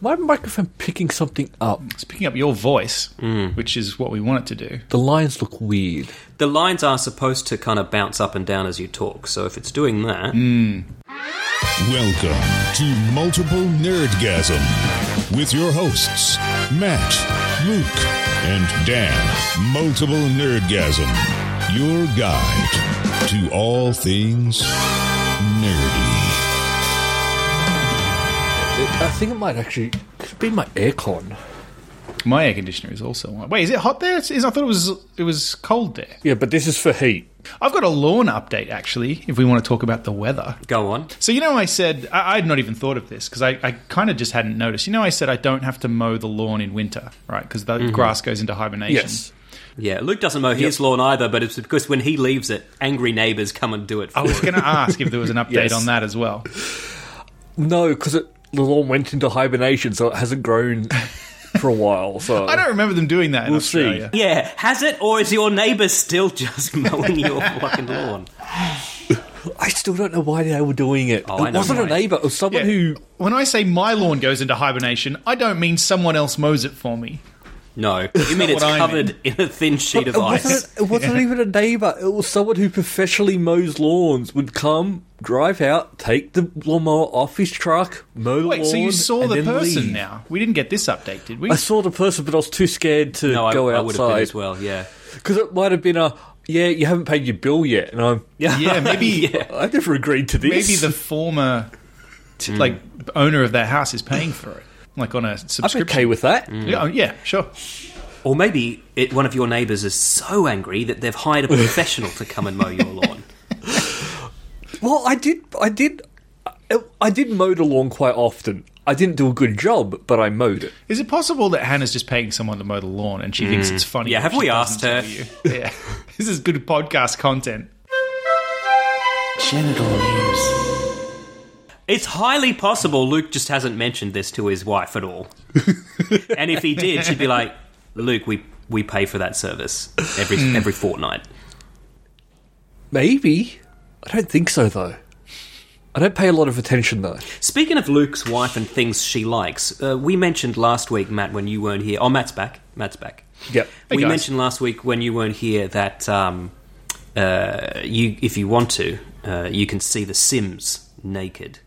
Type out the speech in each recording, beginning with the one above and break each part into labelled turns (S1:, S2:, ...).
S1: my microphone picking something up?
S2: It's picking up your voice, which is what we want it to do.
S1: The lines look weird.
S3: The lines are supposed to kind of bounce up and down as you talk, so if it's doing that,
S1: Mm.
S4: Welcome to Multiple Nerdgasm with your hosts, Matt, Luke, and Dan. Multiple Nerdgasm, your guide to all things nerdy.
S1: It, I think it might actually could be my aircon.
S2: My air conditioner is also on. Wait, is it hot there? It's, it's- I thought it was it was cold there.
S1: Yeah, but this is for heat.
S2: I've got a lawn update actually. If we want to talk about the weather,
S3: go on.
S2: so you know, I said I, I'd not even thought of this because I, I kind of just hadn't noticed. You know, I said I don't have to mow the lawn in winter, right? Because the grass goes into hibernation.
S1: Mm-hmm. Yes.
S3: Yeah, Luke doesn't mow his lawn either, but it's because when he leaves it, angry neighbours come and do it for
S1: Oh.
S2: I was
S3: him.
S2: going to ask if there was an update
S1: Yes.
S2: on that as well.
S1: No, because the lawn went into hibernation, so it hasn't grown for a while. So
S2: I don't remember them doing that in
S1: We'll see.
S2: Australia.
S3: Yeah, has it, or is your neighbour still just mowing your fucking lawn?
S1: I still don't know why they were doing it.
S3: Oh, I
S1: it
S3: know
S1: wasn't a
S3: why.
S1: neighbour. It was someone
S2: Yeah.
S1: who.
S2: When I say my lawn goes into hibernation, I don't mean someone else mows it for me.
S3: No, you mean it's
S2: what I
S3: covered in a thin sheet
S1: It
S3: of ice?
S1: uh, wasn't, it wasn't even a neighbour. It was someone who professionally mows lawns. Would come, drive out, take the lawnmower off his truck, mow the
S2: Wait,
S1: lawn.
S2: so you saw
S1: and
S2: the
S1: then
S2: person
S1: leave.
S2: now? We didn't get this update, did we?
S1: I saw the person, but I was too scared to
S3: No, I,
S1: go
S3: I would have been
S1: outside
S3: as well. Yeah,
S1: because it might have been a yeah. You haven't paid your bill yet, and I'm yeah.
S2: yeah, maybe
S1: I've never agreed to this.
S2: maybe the former
S1: Mm.
S2: t- like owner of that house is paying for it, like on a
S1: I'm
S2: subscription.
S1: okay with that.
S2: Yeah, oh, yeah, sure.
S3: or maybe it, one of your neighbours is so angry that they've hired a professional to come and mow your lawn.
S1: Well, I did. I did. I- I did mow the lawn quite often. I didn't do a good job, but I mowed it.
S2: Is it possible that Hannah's just paying someone to mow the lawn and she
S1: Mm.
S2: thinks it's funny?
S3: Yeah,
S2: if
S3: have
S2: she
S3: we
S2: doesn't
S3: asked her?
S2: tell you? Yeah, this is good podcast content.
S3: It's highly possible Luke just hasn't mentioned this to his wife at all. and if he did, she'd be like, "Luke, we we pay for that service every every fortnight."
S1: Maybe. I don't think so, though. I don't pay a lot of attention, though.
S3: Speaking of Luke's wife and things she likes, uh, we mentioned last week, Matt, when you weren't here. Oh, Matt's back. Matt's back.
S1: Yep.
S3: we
S2: guys.
S3: mentioned last week when you weren't here that um, uh, you, if you want to, uh, you can see The Sims naked.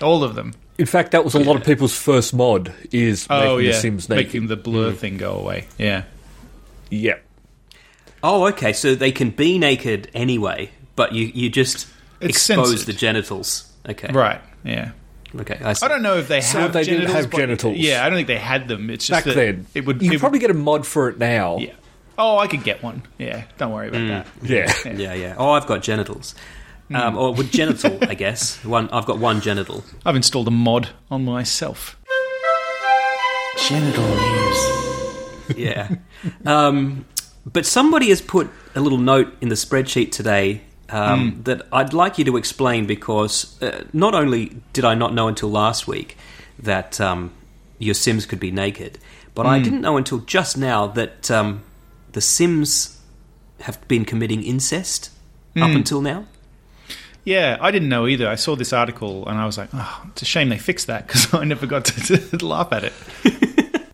S2: All of them.
S1: In fact, that was a lot of people's first mod is
S2: Oh
S1: making
S2: yeah,
S1: the Sims naked. Mm.
S2: making the blur thing go away. Yeah.
S1: yeah.
S3: Oh, okay. So they can be naked anyway, but you you just
S2: It's
S3: expose
S2: censored.
S3: the genitals. Okay.
S2: Right. Yeah.
S3: Okay. I, see.
S2: I don't know if they
S1: So
S2: have
S1: they didn't
S2: genitals,
S1: have
S2: but-
S1: genitals.
S2: Yeah, I don't think they had them. It's
S1: Back
S2: just that
S1: then,
S2: it would.
S1: you could
S2: it would-
S1: probably get a mod for it now.
S2: yeah. Oh, I could get one. Yeah, don't worry about that.
S1: Yeah.
S3: Yeah, yeah. Oh, I've got genitals.
S2: Hmm.
S3: Um, or with genital, I guess. One, I've got one genital.
S2: I've installed a mod on myself.
S3: yeah. Um, but somebody has put a little note in the spreadsheet today um,
S2: Hmm.
S3: that I'd like you to explain because uh, not only did I not know until last week that um, your Sims could be naked, but
S2: Hmm.
S3: I didn't know until just now that um, the Sims have been committing incest
S2: Hmm.
S3: up until now.
S2: Yeah, I didn't know either. I saw this article and I was like, oh, it's a shame they fixed that because I never got to, to laugh at it.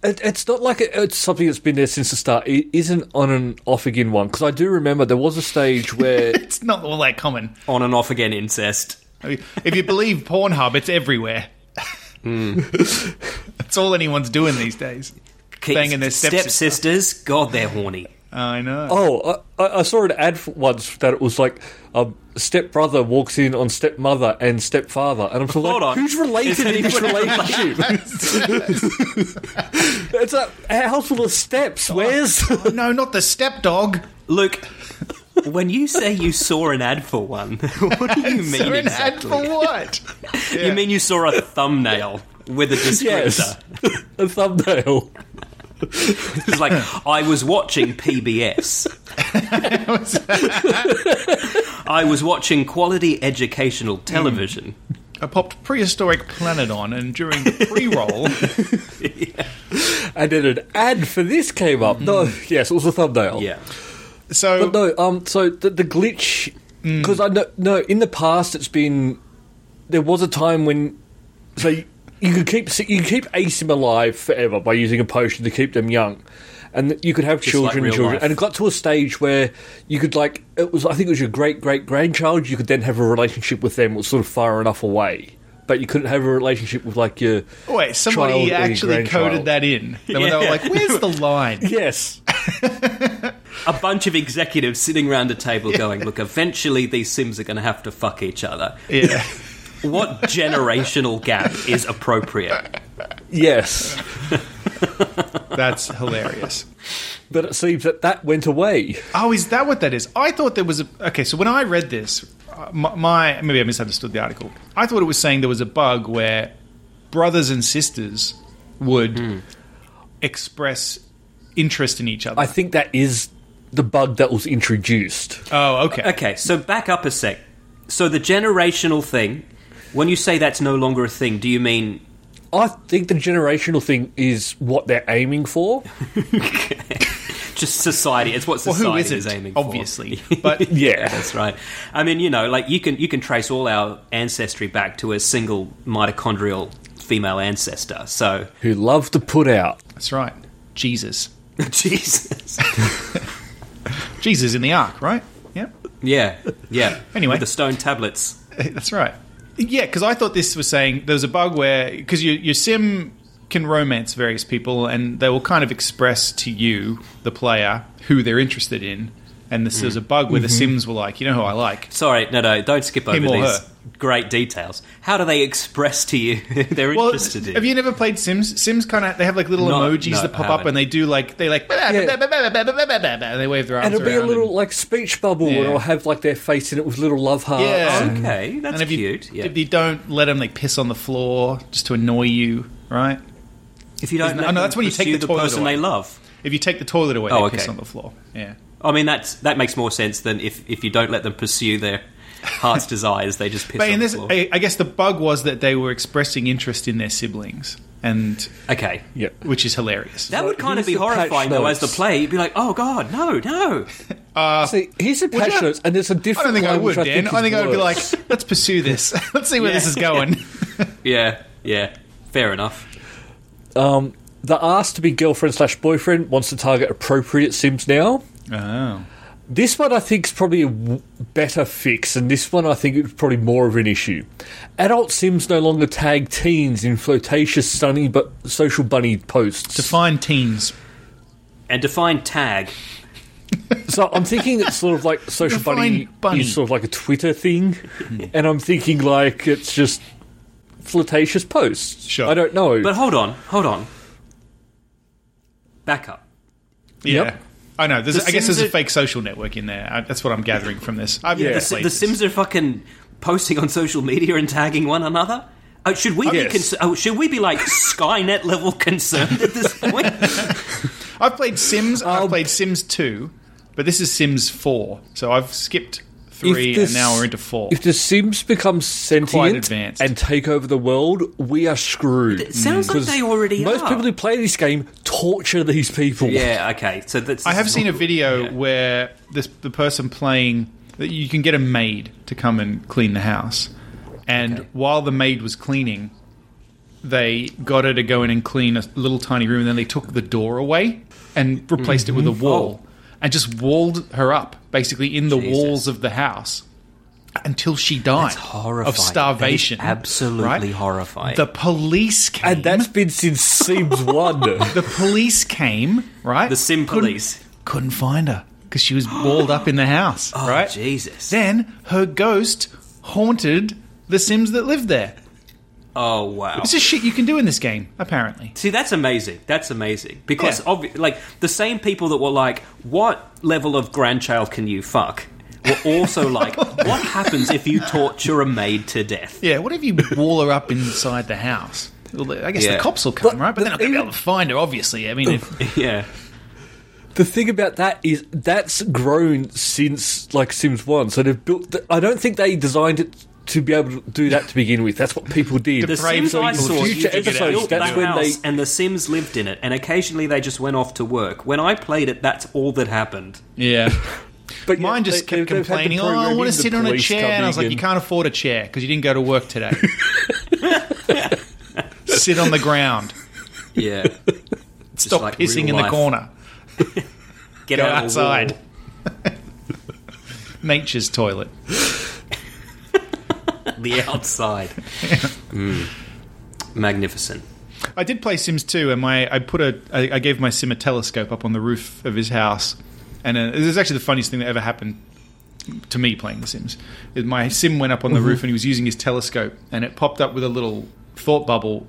S1: It, it's not like it, it's something that's been there since the start. It isn't on and off again one because I do remember there was a stage where
S2: It's not all that common.
S3: On and off again incest.
S2: I mean, if you believe Pornhub, it's everywhere. That's all anyone's doing these days. Banging their stepsister.
S3: stepsisters. God, they're horny.
S2: I know.
S1: Oh, I- I, I saw an ad for once that it was like um, stepbrother walks in on stepmother and stepfather, and I'm sort of like,
S3: Hold on.
S1: who's related
S3: Is
S1: in each
S3: anyone
S1: relationship? it's a house full of steps.
S3: Oh,
S1: Where's
S2: Oh, no, not the stepdog.
S3: Luke, when you say you saw an ad for one, what do you mean
S2: They're an ad
S3: exactly?
S2: for what?
S3: You mean you saw a thumbnail with a descriptor?
S1: yes, a thumbnail?
S3: It's like I was watching PBS. I was watching quality
S2: Mm.
S3: educational television.
S2: I popped prehistoric planet on, and during the pre-roll,
S1: And then an ad for this came
S3: Hmm.
S1: up. No, yes, it was a
S2: Oh.
S1: thumbnail.
S3: Yeah.
S2: so
S1: But
S3: Mm.
S1: no, um, so the, the glitch because I know no in the past it's been there was a time when so you, you could keep you could keep ace him alive forever by using a potion to keep them young, and you could have
S3: like
S1: children
S3: real
S1: and children.
S3: life.
S1: And it got to a stage where you could like it was I think it was your great great grandchild. You could then have a relationship with them, was sort of far enough away, but you couldn't have a relationship with like your
S2: Oh, Wait, somebody
S1: child or your
S2: actually coded
S1: grandchild.
S2: that in. They were they were
S3: Yeah.
S2: like, "Where's the line?"
S1: Yes,
S3: a bunch of executives sitting around a table going, look, eventually these Sims are going to have to fuck each other.
S2: Yeah.
S3: What generational gap is appropriate?
S1: yes.
S2: That's hilarious.
S1: But it seems that that went away.
S2: Oh, is that what that is? I thought there was a. Okay, so when I read this, uh, my, my maybe I misunderstood the article. I thought it was saying there was a bug where brothers and sisters would
S3: Hmm.
S2: express interest in each other.
S1: I think that is the bug that was introduced.
S2: oh, okay.
S3: Okay, so back up a sec. So the generational thing, when you say that's no longer a thing, do you mean
S1: I think the generational thing is what they're aiming for.
S3: just society? It's what
S2: Well,
S3: society
S2: who
S3: is
S2: isn't?
S3: aiming for.
S2: Obviously, but
S1: Yeah.
S3: That's right. I mean, you know, like you can you can trace all our ancestry back to a single mitochondrial female ancestor. So,
S1: Who love to put out.
S2: that's right. Jesus,
S3: Jesus.
S2: Jesus in the ark, right? Yeah.
S3: Yeah, yeah.
S2: Anyway.
S3: With the stone tablets.
S2: That's right. Yeah, because I thought this was saying there was a bug where because your your sim can romance various people and they will kind of express to you the player who they're interested in, and this there's a
S3: Mm.
S2: bug where the
S3: Mm-hmm.
S2: sims were like, you know who I like.
S3: Sorry, no, no, don't skip over
S2: Him or
S3: these
S2: her.
S3: great details. How do they express to you who they're
S2: Well,
S3: interested in?
S2: have you never played Sims? Sims kind of they have like little
S3: No,
S2: emojis
S3: no,
S2: that
S3: I
S2: pop up
S3: haven't.
S2: and they do like they like and they wave their arms
S1: And it'll be a
S2: around
S1: little like speech bubble
S2: Yeah.
S1: and it'll have like their face in it with little love hearts.
S2: Yeah.
S1: And-
S3: okay, that's
S2: and if
S3: cute.
S2: you
S3: yeah.
S2: if you don't let them like piss on the floor just to annoy you, right?
S3: If you don't,
S2: Isn't-
S3: let
S2: oh, no,
S3: them
S2: that's when you take
S3: pursue
S2: the
S3: the,
S2: toilet
S3: person
S2: away.
S3: they love.
S2: If you take the toilet away,
S3: Oh,
S2: they
S3: okay.
S2: piss on the floor. Yeah.
S3: I mean, that's that makes more sense than if if you don't let them pursue their heart's desires, they just piss
S2: But
S3: on
S2: in
S3: the
S2: this,
S3: floor.
S2: I, I guess the bug was that they were expressing interest in their siblings, and
S3: okay.
S1: Yeah.
S2: which is hilarious.
S3: That would kind of
S1: here's
S3: be
S1: the patch
S3: horrifying, though, as the
S1: notes.
S3: player. You'd be like, oh, God, no, no.
S1: See, here's the
S2: you
S1: patch
S2: not-
S1: notes, and there's a
S2: Uh, I
S1: different.
S2: don't think I
S1: one
S2: would,
S1: which
S2: Dan. I think I would be like,
S1: worse.
S2: let's pursue this. let's see where this
S3: Yeah.
S2: is going.
S3: Yeah, yeah. Fair enough.
S1: um, the asked to be girlfriend slash boyfriend wants to target appropriate Sims now.
S2: oh,
S1: This one I think is probably a w- better fix, and this one I think it's probably more of an issue. Adult Sims no longer tag teens in flirtatious, sunny but social bunny posts.
S2: define teens.
S3: And define tag.
S1: So I'm thinking it's sort of like social
S2: Define
S1: bunny,
S2: bunny. Hmm.
S1: is sort of like a Twitter thing, and I'm thinking like it's just flirtatious posts.
S2: Sure.
S1: I don't know.
S3: But hold on, hold on. Back up.
S2: Yeah.
S1: Yep.
S2: I know. There's,
S3: The
S2: I guess
S3: Sims
S2: there's a
S3: are-
S2: fake social network in there. I, that's what I'm gathering from this. I've
S1: Yeah.
S2: never
S3: The,
S2: played
S3: Si- the
S2: this.
S3: Sims are fucking posting on social media and tagging one another. Oh, should we be
S1: Yes.
S3: cons- oh, should we be like Skynet level concerned at this point?
S2: I've played Sims.
S1: Um,
S2: I've played Sims Two, but this is Sims Four. So I've skipped three,
S1: the
S2: and now
S1: s-
S2: we're into four.
S1: if the Sims become sentient
S2: advanced.
S1: and take over the world, we are screwed.
S3: It sounds like
S1: 'Cause
S3: they already
S1: most
S3: are.
S1: people who play this game torture these people.
S3: yeah, okay. So that's
S2: I have seen a video
S3: Yeah.
S2: where this the person playing that you can get a maid to come and clean the house, and while the maid was cleaning, they got her to go in and clean a little tiny room, and then they took the door away and replaced it with
S3: Mm-hmm.
S2: a wall, and just walled her up basically in the
S3: Oh. Jesus.
S2: walls of the house until she died
S3: horrifying.
S2: of starvation.
S3: That is absolutely horrifying.
S2: The police came.
S1: And that's been since Sims 1.
S2: the police came, right?
S3: The Sim
S2: Couldn't-
S3: police.
S2: couldn't find her because she was walled up in the house,
S3: Oh,
S2: right?
S3: Jesus.
S2: Then her ghost haunted the Sims that lived there.
S3: Oh wow.
S2: This is shit you can do in this game, apparently.
S3: See, that's amazing. That's amazing because
S2: Yeah.
S3: obvi- like the same people that were like, "What level of grandchild can you fuck?" were also like, "What happens if you torture a maid to death?"
S2: Yeah, what if you wall her up inside the house? Well, I guess
S3: Yeah.
S2: the cops will come,
S1: But
S2: right?
S1: the
S2: But they're not going to be
S1: thing-
S2: able to find her, obviously. I mean, if,
S3: Yeah.
S1: The thing about that is that's grown since like Sims One, so they've built. th- I don't think they designed it to be able to do that to begin with. That's what people did.
S3: The
S2: Brave
S3: Sims I
S2: people.
S3: saw
S1: Future
S3: you just
S1: episodes,
S3: built
S1: that's
S3: that
S1: when
S3: house,
S1: they-
S3: and the Sims lived in it, and occasionally they just went off to work. When I played it, that's all that happened.
S2: yeah.
S1: But
S2: Mine
S1: yeah,
S2: just
S1: they-
S2: kept
S1: they've- they've had
S2: complaining,
S1: the
S2: oh, I
S1: programming,
S2: want to
S1: the
S2: sit on a
S1: police
S2: chair. And I was
S1: coming
S2: like, you
S1: in.
S2: can't afford a chair because you didn't go to work today. sit on the ground.
S3: Yeah. Just
S2: Stop
S3: like
S2: pissing
S3: real
S2: in the
S3: life.
S2: corner.
S3: Get
S2: Go
S3: out of the
S2: outside.
S3: wall.
S2: Nature's toilet.
S3: The outside. Mm. Magnificent.
S2: I did play Sims 2, and my I put a I, I gave my sim a telescope up on the roof of his house, and uh, this is actually the funniest thing that ever happened to me playing The Sims. Is my sim went up on the roof and he was using his telescope, and it popped up with a little thought bubble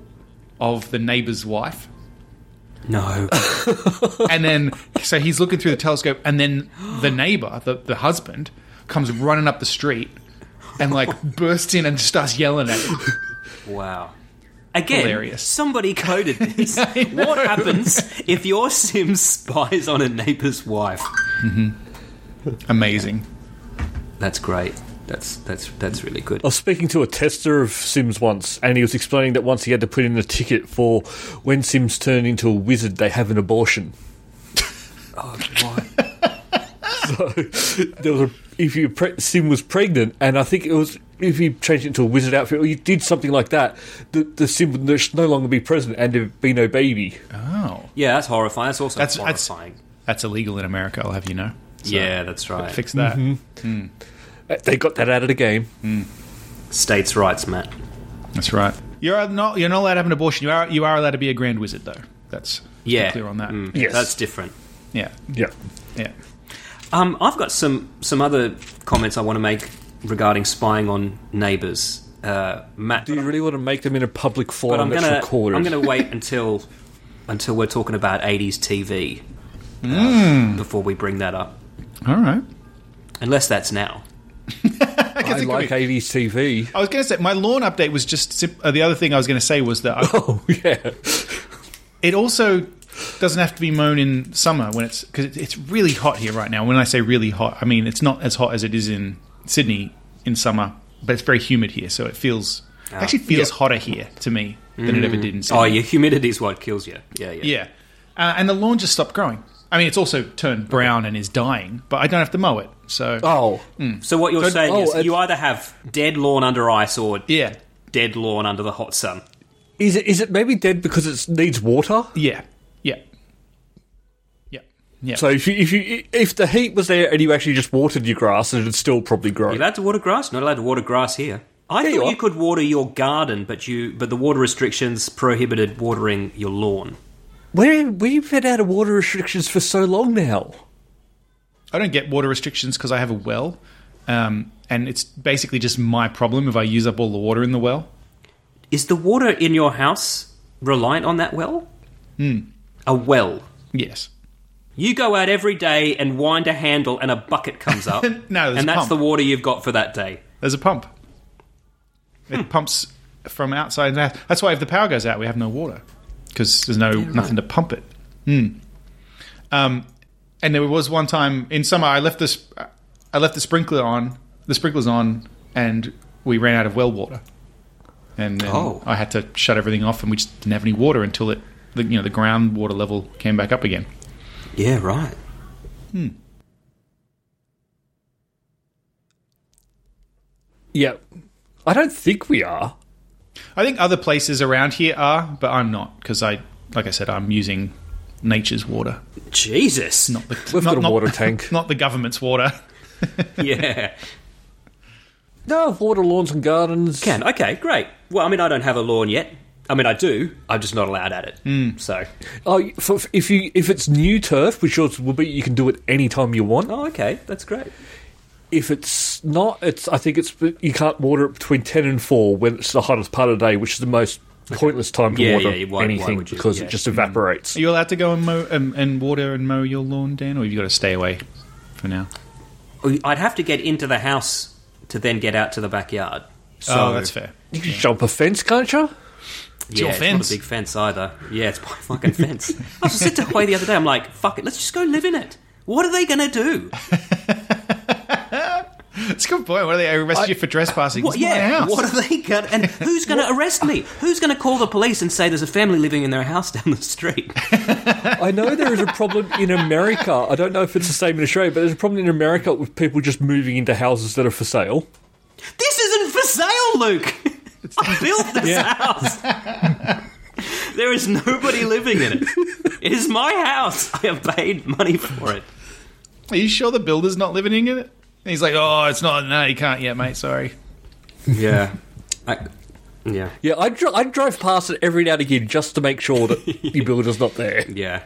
S2: of the neighbor's wife,
S3: No.
S2: and then so he's looking through the telescope, and then the neighbor, the the husband, comes running up the street. And like bursts in and starts yelling at him.
S3: Wow. Again,
S2: Hilarious.
S3: somebody coded this. what happens if your sim spies on a neighbor's wife?
S2: Amazing.
S3: That's great. That's that's that's really good.
S1: I was speaking to a tester of Sims once, and he was explaining that once he had to put in a ticket for when Sims turn into a wizard, they have an abortion.
S3: Oh, why?
S1: there was a, if you pre- Sim was pregnant, and I think it was if you changed it into a wizard outfit or you did something like that, the, the Sim would no- no longer be present and there'd be no baby.
S2: Oh,
S3: Yeah, that's horrifying. That's also
S2: That's- that's-
S3: horrifying.
S2: that's illegal in America. I'll have you know. So,
S3: yeah, that's right.
S2: fix that.
S1: Uh, They got that out of the game.
S3: States' rights, Matt.
S2: That's right. You're not you're not allowed to have an abortion. You are you are allowed to be a grand wizard though. That's be
S3: Yeah,
S2: clear on that.
S3: Mm,
S1: Yes.
S3: that's different.
S2: Yeah,
S1: Yeah.
S2: yeah.
S3: Um, I've got some some other comments I want to make regarding spying on neighbors, uh, Matt.
S1: Do you really want to make them in a public
S3: but
S1: forum
S3: I'm
S1: that's
S3: gonna
S1: recorded?
S3: I'm gonna wait until until we're talking about 80s TV uh,
S1: Hmm.
S3: before we bring that up,
S2: All right.
S3: unless that's now.
S2: I, guess
S1: I
S2: it could
S1: like
S2: be-
S1: 80s TV.
S2: I was going to say my lawn update was just sim- uh, the other thing I was going to say was that I,
S1: Oh, yeah.
S2: it also doesn't have to be mown in summer when it's because it's really hot here right now. When I say really hot, I mean it's not as hot as it is in Sydney in summer, but it's very humid here, so it feels actually feels hotter here to me than it ever did in Sydney.
S3: Ah. Oh, your humidity's what kills you. Yeah, yeah.
S2: Yeah. Uh, and the lawn just stopped growing. I mean, it's also turned brown and is dying, but I don't have to mow it. So,
S1: Oh.
S3: So what you're
S2: Don't-
S3: saying
S1: oh,
S3: is
S1: it's-
S3: you either have dead lawn under ice or
S2: yeah.
S3: dead lawn under the hot sun.
S1: Is it is it maybe dead because it needs water?
S2: Yeah. Yeah. Yeah. Yeah.
S1: So if you, if you if the heat was there and you actually just watered your grass, it'd still probably grow.
S3: You're allowed to water grass? Not allowed to water grass here. I
S1: you
S3: thought you,
S1: are.
S3: could water your garden, but you but the water restrictions prohibited watering your lawn.
S1: Where we've been out of water restrictions for so long now.
S2: I don't get water restrictions because I have a well. Um, and it's basically just my problem if I use up all the water in the well.
S3: Is the water in your house reliant on that well?
S1: Hmm.
S3: A well.
S2: Yes.
S3: You go out every day and wind a handle, and a bucket comes up.
S2: No, there's
S3: and
S2: a
S3: that's
S2: pump.
S3: the water you've got for that day.
S2: There's a pump. It pumps from outside. the house. That's why if the power goes out, we have no water because there's no nothing to pump it. Hmm. Um, and there was one time in summer I left this, I left the sprinkler on. The sprinklers on, and we ran out of well water. And then
S3: Oh.
S2: I had to shut everything off, and we just didn't have any water until it, the, you know, the groundwater level came back up again.
S3: Yeah, right.
S1: Yeah, I don't think we are.
S2: I think other places around here are, but I'm not because I, like I said, I'm using nature's water.
S3: Jesus.
S2: Not the,
S1: We've
S2: not,
S1: got a
S2: not-
S1: water tank.
S2: Not the government's water.
S3: Yeah.
S1: No, water lawns and gardens.
S3: Can okay, great. Well, I mean, I don't have a lawn yet. I mean, I do. I'm just not allowed at it.
S2: Hmm.
S3: So,
S1: Oh, for, if you if it's new turf, which yours will be, you can do it any time you want.
S3: oh, okay, that's great.
S1: If it's not, it's I think it's you can't water it between ten and four when it's the hottest part of the day, which is the most pointless time to
S3: Yeah,
S1: water
S3: yeah, why- why
S1: anything
S3: would you?
S1: because
S3: Yeah.
S1: it just evaporates.
S2: Are you allowed to go and mow um, and water and mow your lawn, Dan, or have you got to stay away for now?
S3: I'd have to get into the house to then get out to the backyard. So,
S2: oh, that's fair.
S1: You can jump a fence, can't you?
S3: It's
S2: your
S3: yeah,
S2: fence.
S3: It's not a big fence either. Yeah, it's my fucking fence. I was just at away the other day. I'm like, fuck it, let's just go live in it. What are they going to do?
S2: It's a good point. What are they arrest you for trespassing?
S3: What,
S2: It's my
S3: yeah,
S2: house.
S3: what are they going to. And who's going to arrest me? Who's going to call the police and say there's a family living in their house down the street?
S1: I know there is a problem in America. I don't know if it's the same in Australia, but there's a problem in America with people just moving into houses that are for sale.
S3: this isn't for sale, Luke! I built this
S1: Yeah.
S3: house! there is nobody living in it. It is my house. I have paid money for it.
S2: Are you sure the builder's not living in it? And he's like, oh, it's not. No, you can't yet, mate. Sorry.
S3: Yeah. I, yeah.
S1: Yeah, I dri I drive past it every now and again just to make sure that the builder's not there.
S3: Yeah.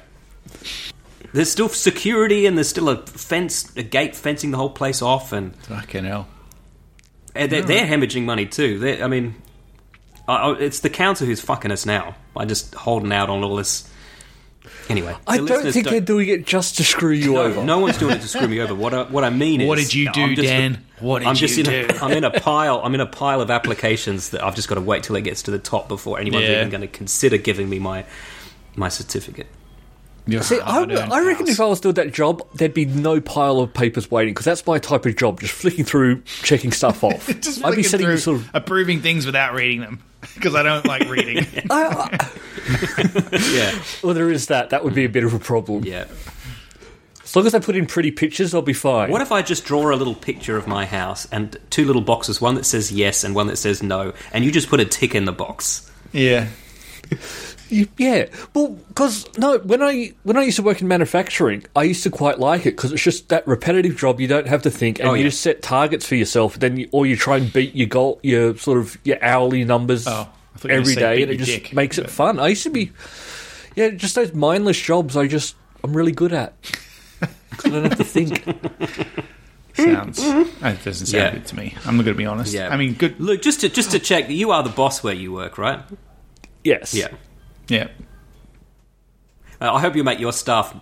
S3: There's still security and there's still a fence, a gate fencing the whole place off, and,
S2: Fucking hell.
S3: and
S1: Oh.
S3: they're, they're hemorrhaging money too. They're, I mean, I, I- it's the council who's fucking us now by just holding out on all this. Anyway,
S1: I
S3: the
S1: don't
S3: listeners
S1: think they're doing it just to screw you
S3: No,
S1: over.
S3: no one's doing it to screw me over. What I, what I mean
S2: What
S3: is,
S2: did you
S3: I'm
S2: do,
S3: just-
S2: Dan? What did
S3: I'm
S2: you
S3: just in
S2: do?
S3: A, I'm in a pile. I'm in a pile of applications that I've just got to wait till it gets to the top before anyone's
S2: Yeah.
S3: even going to consider giving me my my certificate.
S1: See, I, I reckon if I was doing that job, there'd be no pile of papers waiting because that's my type of job, just flicking through, checking stuff off.
S2: Just
S1: I'd be
S2: flicking
S1: sitting
S2: through,
S1: sort of.
S2: approving things without reading them because I don't like reading.
S1: I, I,
S3: Yeah,
S1: well, there is that. That would be a bit of a problem.
S3: yeah.
S1: As long as they put in pretty pictures, I'll be fine.
S3: What if I just draw a little picture of my house and two little boxes, one that says yes and one that says no, and you just put a tick in the box?
S2: yeah,
S1: Y- Yeah, well, because no, when I when I used to work in manufacturing, I used to quite like it because it's just that repetitive job. You don't have to think, and
S3: Oh,
S1: you
S3: yeah.
S1: just set targets for yourself. Then, you, or you try and beat your goal, your sort of your hourly numbers
S2: Oh, I thought you were
S1: every
S2: gonna say
S1: day,
S2: beat
S1: and it
S2: your
S1: just
S2: dick,
S1: makes it
S2: but-
S1: fun. I used to be, yeah, just those mindless jobs. I just I'm really good at. 'Cause I don't have to think.
S2: sounds. That doesn't sound
S3: Yeah.
S2: good to me. I'm not going to be honest.
S3: Yeah.
S2: I mean, good.
S3: Look, just to just to check, you are the boss where you work, right?
S1: Yes.
S3: Yeah.
S2: Yeah,
S3: Uh, I hope you make your staff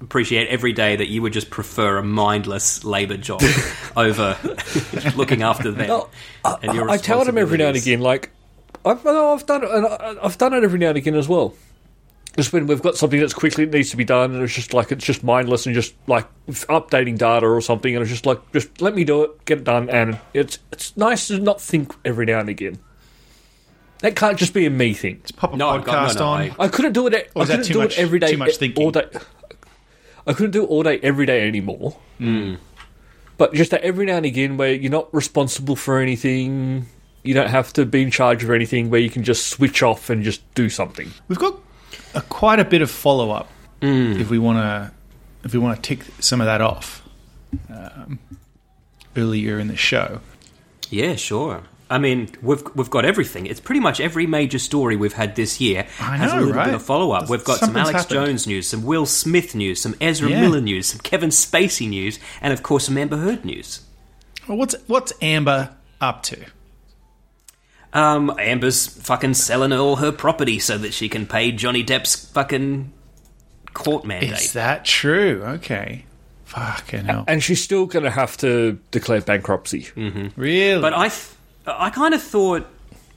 S3: appreciate every day that you would just prefer a mindless labour job over looking after them.
S1: No, I,
S3: and your
S1: I tell them every now and
S3: responsibilities.
S1: again. Like I've, no, I've done, it, and I- I've done it every now and again as well. Just when we've got something that's quickly it needs to be done, and it's just like it's just mindless and just like f- updating data or something, and it's just like just let me do it, get it done, and it's it's nice to not think every now and again. That can't just be a me thing.
S2: pop a
S3: No, I've got-
S2: podcast
S3: no, no,
S2: on.
S3: I-
S1: I couldn't do it. e- I
S2: Or is that
S1: couldn't
S2: too
S1: do
S2: much-
S1: it every day.
S2: too much
S1: e- All
S2: thinking?
S1: day. I couldn't do it all day, every day anymore.
S2: Hmm.
S1: But just that every now and again, where you're not responsible for anything, you don't have to be in charge of anything, where you can just switch off and just do something.
S2: We've got a, quite a bit of follow up if we want to if we want to tick some of that off um, earlier in the show.
S3: Yeah, sure. I mean, we've we've got everything. It's pretty much every major story we've had this year
S2: I
S3: has a
S2: know,
S3: little
S2: right?
S3: bit of follow up. We've got some
S2: Something's
S3: Alex
S2: happened.
S3: Jones news, some Will Smith news, some Ezra
S2: Yeah.
S3: Miller news, some Kevin Spacey news, and of course some Amber Heard news.
S2: Well, what's what's Amber up to?
S3: Um, Amber's fucking selling all her property so that she can pay Johnny Depp's fucking court mandate.
S2: Is that true? Okay. Fucking hell.
S1: And she's still going to have to declare bankruptcy.
S2: Hmm. Really?
S3: But I, th- I kind of thought,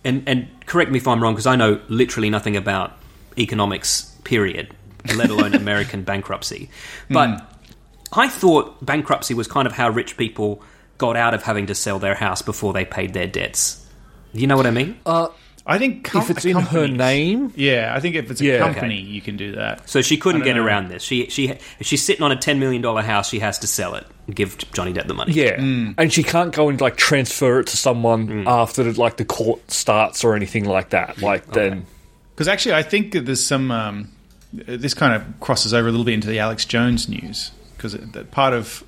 S3: and and correct me if I'm wrong, because I know literally nothing about economics, period, let alone American bankruptcy. But
S2: Hmm.
S3: I thought bankruptcy was kind of how rich people got out of having to sell their house before they paid their debts. You know what I mean?
S2: Oh, I think com-
S1: If it's in her
S2: companies-
S1: name,
S2: Yeah, I think if it's a
S1: Yeah.
S2: company, you can do that.
S3: so she couldn't
S2: I
S3: get
S2: don't know.
S3: around this. She she if she's sitting on a ten million dollar house, she has to sell it and give Johnny Depp the money.
S1: yeah,
S2: Hmm.
S1: and she can't go and like transfer it to someone after like the court starts or anything like that. Like then,
S2: Because actually, I think that there's some. Um, this kind of crosses over a little bit into the Alex Jones news because part of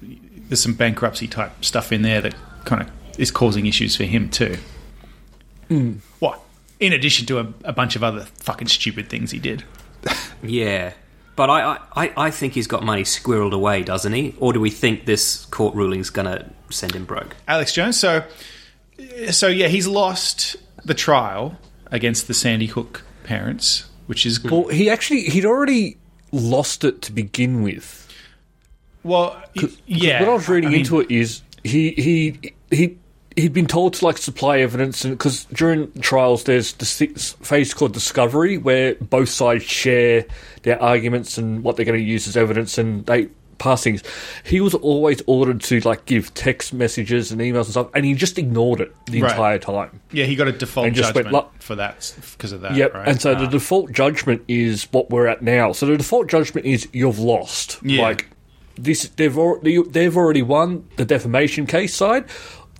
S2: there's some bankruptcy type stuff in there that kind of is causing issues for him too.
S1: Hmm.
S2: What? In addition to a, a bunch of other fucking stupid things he did.
S3: Yeah. But I, I- I, I think he's got money squirreled away, doesn't he? Or do we think this court ruling's going to send him broke?
S2: Alex Jones. So, so yeah, he's lost the trial against the Sandy Hook parents, which is
S1: well, he actually he'd already lost it to begin with.
S2: well, y- yeah.
S1: What I was reading
S2: mean,
S1: into it is he he he. He'd been told to like supply evidence, and because during trials there's this thi- phase called discovery, where both sides share their arguments and what they're going to use as evidence, and they past things, he was always ordered to like give text messages and emails and stuff, and he just ignored it the
S2: Right.
S1: entire time.
S2: Yeah, he got a default
S1: And just went,
S2: judgment
S1: "Look."
S2: for that because of that.
S1: Yep.
S2: right?
S1: And so the
S2: Ah.
S1: default judgment is what we're at now. So the default judgment is you've lost.
S2: Yeah.
S1: Like this, they've already they've already won the defamation case side.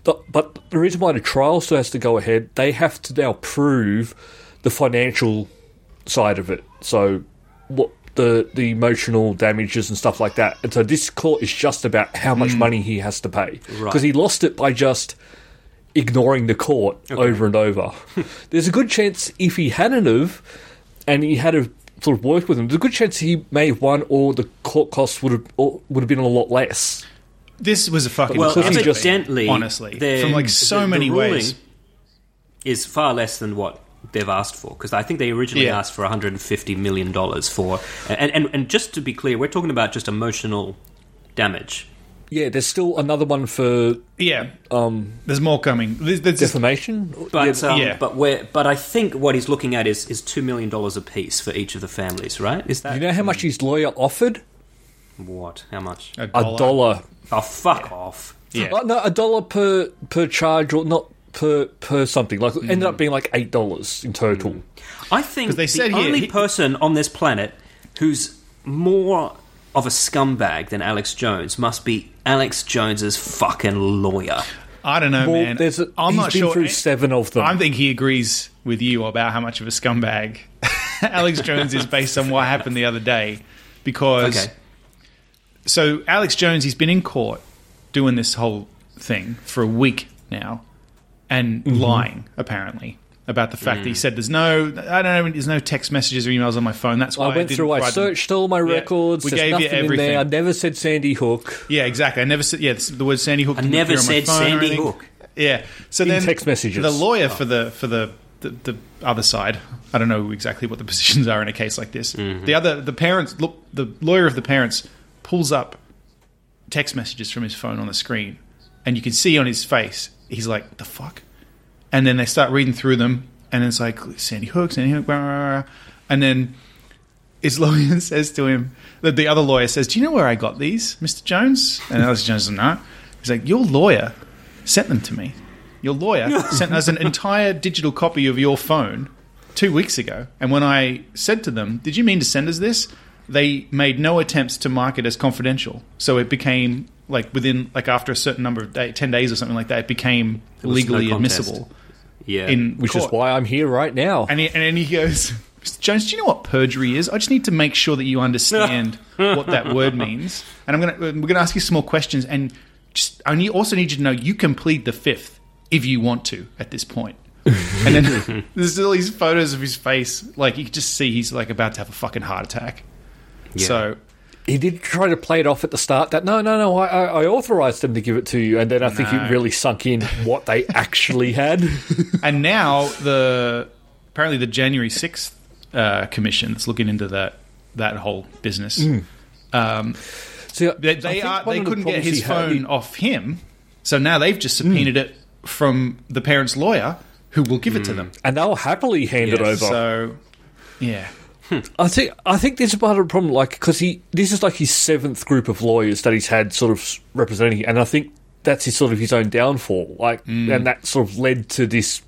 S1: The, but the reason why the trial still has to go ahead, they have to now prove the financial side of it. So what the the emotional damages and stuff like that. And so this court is just about how
S2: Mm.
S1: much money he has to pay because
S3: Right.
S1: he lost it by just ignoring the court over and over. there's a good chance if he hadn't have, and he had have sort of worked with him, there's a good chance he may have won, or the court costs would have or would have been a lot less.
S2: this was a fucking
S3: Well,
S1: Because he
S2: disaster,
S1: just-
S3: evidently,
S2: honestly,
S3: they're-
S2: from like so
S3: the- the
S2: many
S3: ruling
S2: ways.
S3: is far less than what they've asked for because I think they originally
S2: Yeah.
S3: asked for 150 million dollars for and, and and just to be clear, we're talking about just emotional damage.
S1: Yeah, there's still another one for
S2: Yeah,
S1: Um,
S2: there's more coming. There's, there's
S1: defamation.
S3: But um,
S2: yeah.
S3: but where but I think what he's looking at is is two million dollars a piece for each of the families, right? Is that
S1: you know how much his lawyer offered?
S3: what? How much?
S2: a
S1: A
S2: dollar.
S1: dollar.
S3: Oh fuck off!
S2: Uh, Yeah.
S1: Oh, no, a dollar per per charge, or not per per something. Like it
S2: Hmm.
S1: ended up being like eight dollars in total.
S3: I think
S2: 'Cause they
S3: the
S2: said here-
S3: only
S2: he-
S3: person on this planet who's more of a scumbag than Alex Jones must be Alex Jones's fucking lawyer.
S2: I don't know,
S1: Well,
S2: man.
S1: there's a,
S2: I'm
S1: he's
S2: not
S1: been
S2: sure.
S1: through seven of them.
S2: I think he agrees with you about how much of a scumbag Alex Jones is based on what happened the other day. Because
S3: Okay.
S2: so Alex Jones, he's been in court doing this whole thing for a week now, and
S1: Mm-hmm.
S2: lying apparently about the fact that
S1: Mm.
S2: he said there's no, I don't know, there's no text messages or emails on my phone. That's why I,
S1: I went
S2: didn't
S1: through. I
S2: provide them.
S1: searched all my records.
S2: We
S1: There's
S2: gave you
S1: nothing in
S2: everything.
S1: there. I never said Sandy Hook.
S2: Yeah, exactly. I never said. Yeah, the word Sandy Hook.
S3: I
S2: didn't
S3: never
S2: appear on my
S3: said
S2: phone or
S3: Sandy
S2: anything.
S3: Hook. Oh.
S2: Yeah. So then
S1: text messages.
S2: The lawyer for the for the, the the other side. I don't know exactly what the positions are in a case like this.
S3: Mm-hmm.
S2: The other the parents look the lawyer of the parents pulls up text messages from his phone on the screen, and you can see on his face he's like the fuck, and then they start reading through them, and it's like Sandy Hook, Sandy Hook, blah, blah, blah, blah. and then his lawyer says to him that the other lawyer says, "Do you know where I got these, Mister Jones?" And Alex Jones says, "No." He's like, "Your lawyer sent them to me. Your lawyer sent us an entire digital copy of your phone two weeks ago. And when I said to them, "Did you mean to send us this?" They made no attempts to mark it as confidential, so it became like within like after a certain number of day, ten days or something like that, it became
S3: was
S2: legally
S3: no contest.
S2: admissible.
S3: Yeah.
S2: In
S1: which is
S2: court.
S1: why I'm here right now.
S2: And he, and then he goes, Mr. Jones, do you know what perjury is? I just need to make sure that you understand what that word means. And I'm gonna we're gonna ask you some more questions. And just I need, also need you to know you can plead the fifth if you want to at this point. And then there's all these photos of his face, like you can just see he's like about to have a fucking heart attack. So
S1: he did try to play it off at the start that no, no, no, I, I, I authorized them to give it to you, and then I think
S2: No.
S1: it really sunk in what they actually had.
S2: and now the apparently the January sixth uh, commission that's looking into that that whole business. Um,
S1: So
S2: They,
S1: I
S2: they
S1: think
S2: are.
S1: one
S2: They
S1: of the
S2: couldn't get
S1: problems
S2: his
S1: he had-
S2: phone off him, so now they've just subpoenaed it from the parents' lawyer, who will give it to them.
S1: and they'll happily hand it over.
S2: So, yeah,
S1: I think I think this is part of the problem, like because he this is like his seventh group of lawyers that he's had sort of s- representing, and I think that's his sort of his own downfall, like,
S2: Mm.
S1: and that sort of led to this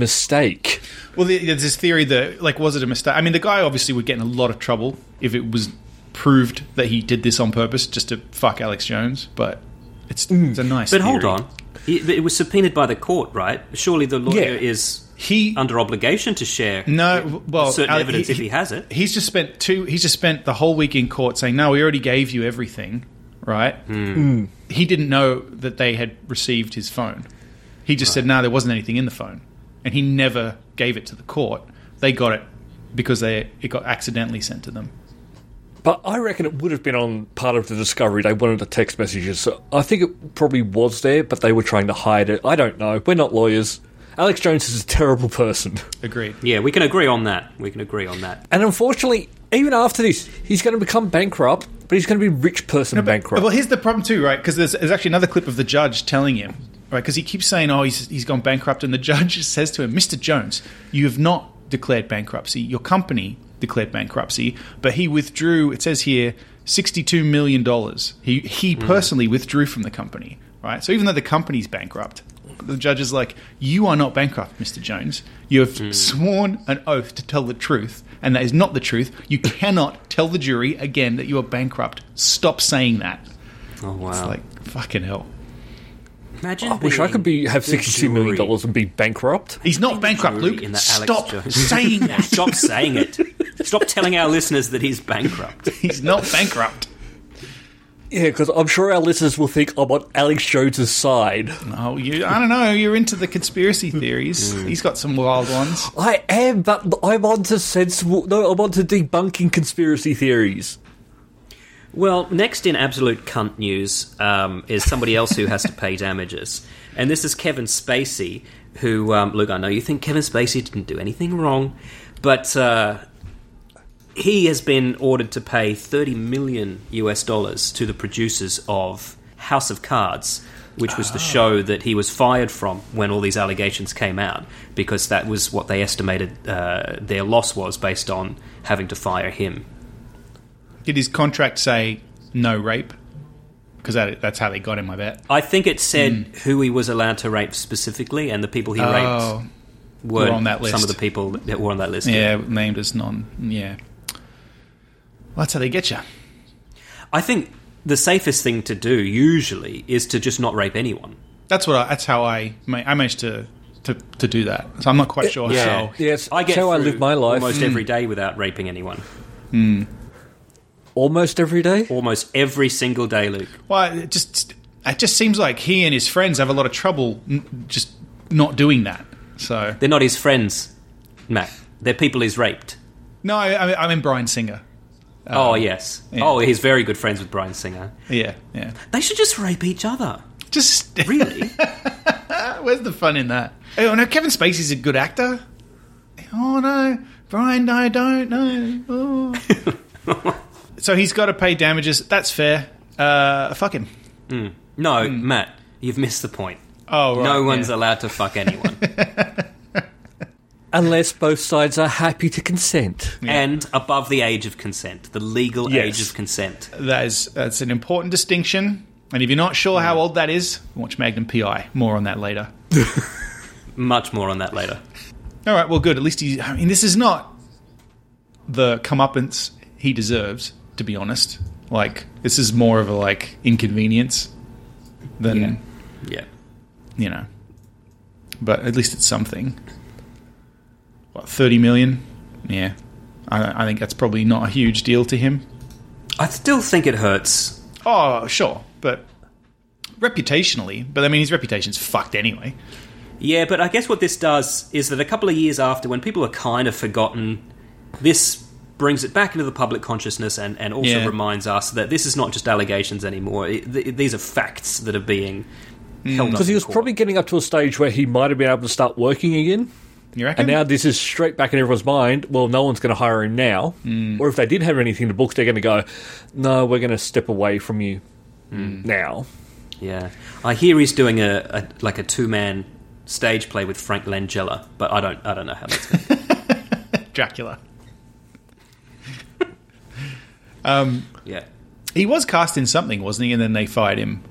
S1: mistake.
S2: Well, the- there's this theory that, like, was it a mistake? I mean, the guy obviously would get in a lot of trouble if it was proved that he did this on purpose just to fuck Alex Jones. But it's, it's a nice.
S3: Hmm. but hold
S2: theory.
S3: on. It, it was subpoenaed by the court, right? Surely the lawyer
S1: Yeah.
S3: is
S2: He
S3: under obligation to share
S2: no. Well,
S3: certain
S2: Ale-
S3: evidence if he has it.
S2: He's just spent two. He's just spent the whole week in court saying, "No, we already gave you everything, right?" He didn't know that they had received his phone. He just said, "No, there wasn't anything in the phone," and he never gave it to the court. They got it because they it got accidentally sent to them.
S1: But I reckon it would have been on part of the discovery. They wanted the text messages. So I think it probably was there, but they were trying to hide it. I don't know. We're not lawyers. Alex Jones is a terrible person.
S2: Agreed.
S3: Yeah, we can agree on that. We can agree on that.
S1: And unfortunately, even after this, he's going to become bankrupt, but he's going to be rich person bankrupt.
S2: Well, here's the problem too, right? Because there's, there's actually another clip of the judge telling him, right? Because he keeps saying, "Oh, he's he's gone bankrupt," and the judge says to him, "Mr. Jones, you have not declared bankruptcy. Your company declared bankruptcy, but he withdrew. It says here sixty-two million dollars. He he personally withdrew from the company. Right. So even though the company's bankrupt, the judge is like, "You are not bankrupt, Mr. Jones. You have sworn an oath to tell the truth, and that is not the truth. You cannot tell the jury again that you are bankrupt. Stop saying that."
S3: Oh wow!
S2: It's like fucking hell.
S3: Imagine.
S1: I wish I could be have sixty-two million dollars and be bankrupt.
S2: He's not bankrupt,
S3: jury
S2: Luke.
S3: in the Alex
S2: Stop
S3: Jones-
S2: saying that.
S3: Stop saying it. Stop telling our listeners that he's bankrupt.
S2: He's not bankrupt.
S1: Yeah, because I'm sure our listeners will think I'm on Alex Jones's side.
S2: Oh, you, I don't know. You're into the conspiracy theories. He's got some wild ones.
S1: I am, but I'm onto sensible. No, I'm onto debunking conspiracy theories.
S3: Well, next in absolute cunt news um, is somebody else who has to pay damages, and this is Kevin Spacey. Who, um, look, I know you think Kevin Spacey didn't do anything wrong, but uh, he has been ordered to pay 30 million US dollars to the producers of House of Cards, which was the show that he was fired from when all these allegations came out, because that was what they estimated uh, their loss was based on having to fire him.
S2: Did his contract say no rape? Because that, that's how they got him. I bet.
S3: I think it said who he was allowed to rape specifically, and the people he raped
S2: Hmm. Oh,
S3: were
S2: were on that
S3: some
S2: list.
S3: of the people that were on that list.
S2: yeah, named as non. Yeah. Well, that's how they get you.
S3: I think the safest thing to do usually is to just not rape anyone.
S2: That's what. I, that's how I. ma- I managed to, to to do that. So I'm not quite sure how.
S1: Yes,
S3: I get
S1: that's how I
S3: through
S1: live my life.
S3: almost every
S2: Hmm.
S3: day without raping anyone.
S1: Almost every day.
S3: Almost every single day, Luke.
S2: Well, it just it just seems like he and his friends have a lot of trouble n- just not doing that. So
S3: They're not his friends, Matt. They're people he's raped.
S2: no, I, I mean- I mean Brian Singer.
S3: oh yes.
S2: yeah.
S3: Oh, he's very good friends with Brian Singer.
S2: Yeah, yeah.
S3: They should just rape each other.
S2: Just
S3: Really?
S2: Where's the fun in that? Oh no, Kevin Spacey's a good actor. Oh no, Brian, I don't know. Oh. so he's got to pay damages. That's fair. Uh, fuck him.
S3: no, Matt. You've missed the point.
S2: Oh, right,
S3: no
S2: Hmm. yeah.
S3: one's allowed to fuck anyone.
S1: Unless both sides are happy to consent.
S3: and above the age of consent, the legal
S2: Yes.
S3: age of consent.
S2: That is that's an important distinction. And if you're not sure how old that is, watch Magnum PI. More on that later.
S3: Much more on that later.
S2: All right, well, good. At least he's. I mean, this is not the comeuppance he deserves, to be honest. Like, this is more of a like inconvenience than
S3: Yeah.
S2: you know. But at least it's something. What thirty million? Yeah, I, I think that's probably not a huge deal to him.
S3: I still think it hurts.
S2: Oh, sure, but reputationally, but I mean, his reputation's fucked anyway.
S3: Yeah, but I guess what this does is that a couple of years after, when people are kind of forgotten, this brings it back into the public consciousness and, and also
S2: Yeah.
S3: reminds us that this is not just allegations anymore. It, th- these are facts that are being held up.
S1: Because he
S3: in
S1: was
S3: court.
S1: probably getting up to a stage where he might have been able to start working again.
S2: You reckon?
S1: And now this is straight back in everyone's mind. Well, no one's going to hire him now. Or if they did have anything to book, they're going to go, no, we're going to step away from you now.
S3: Yeah, I hear he's doing a, a like a two man stage play with Frank Langella, but I don't I don't know how that's going.
S2: Dracula.
S3: yeah,
S2: He was cast in something, wasn't he? And then they fired him.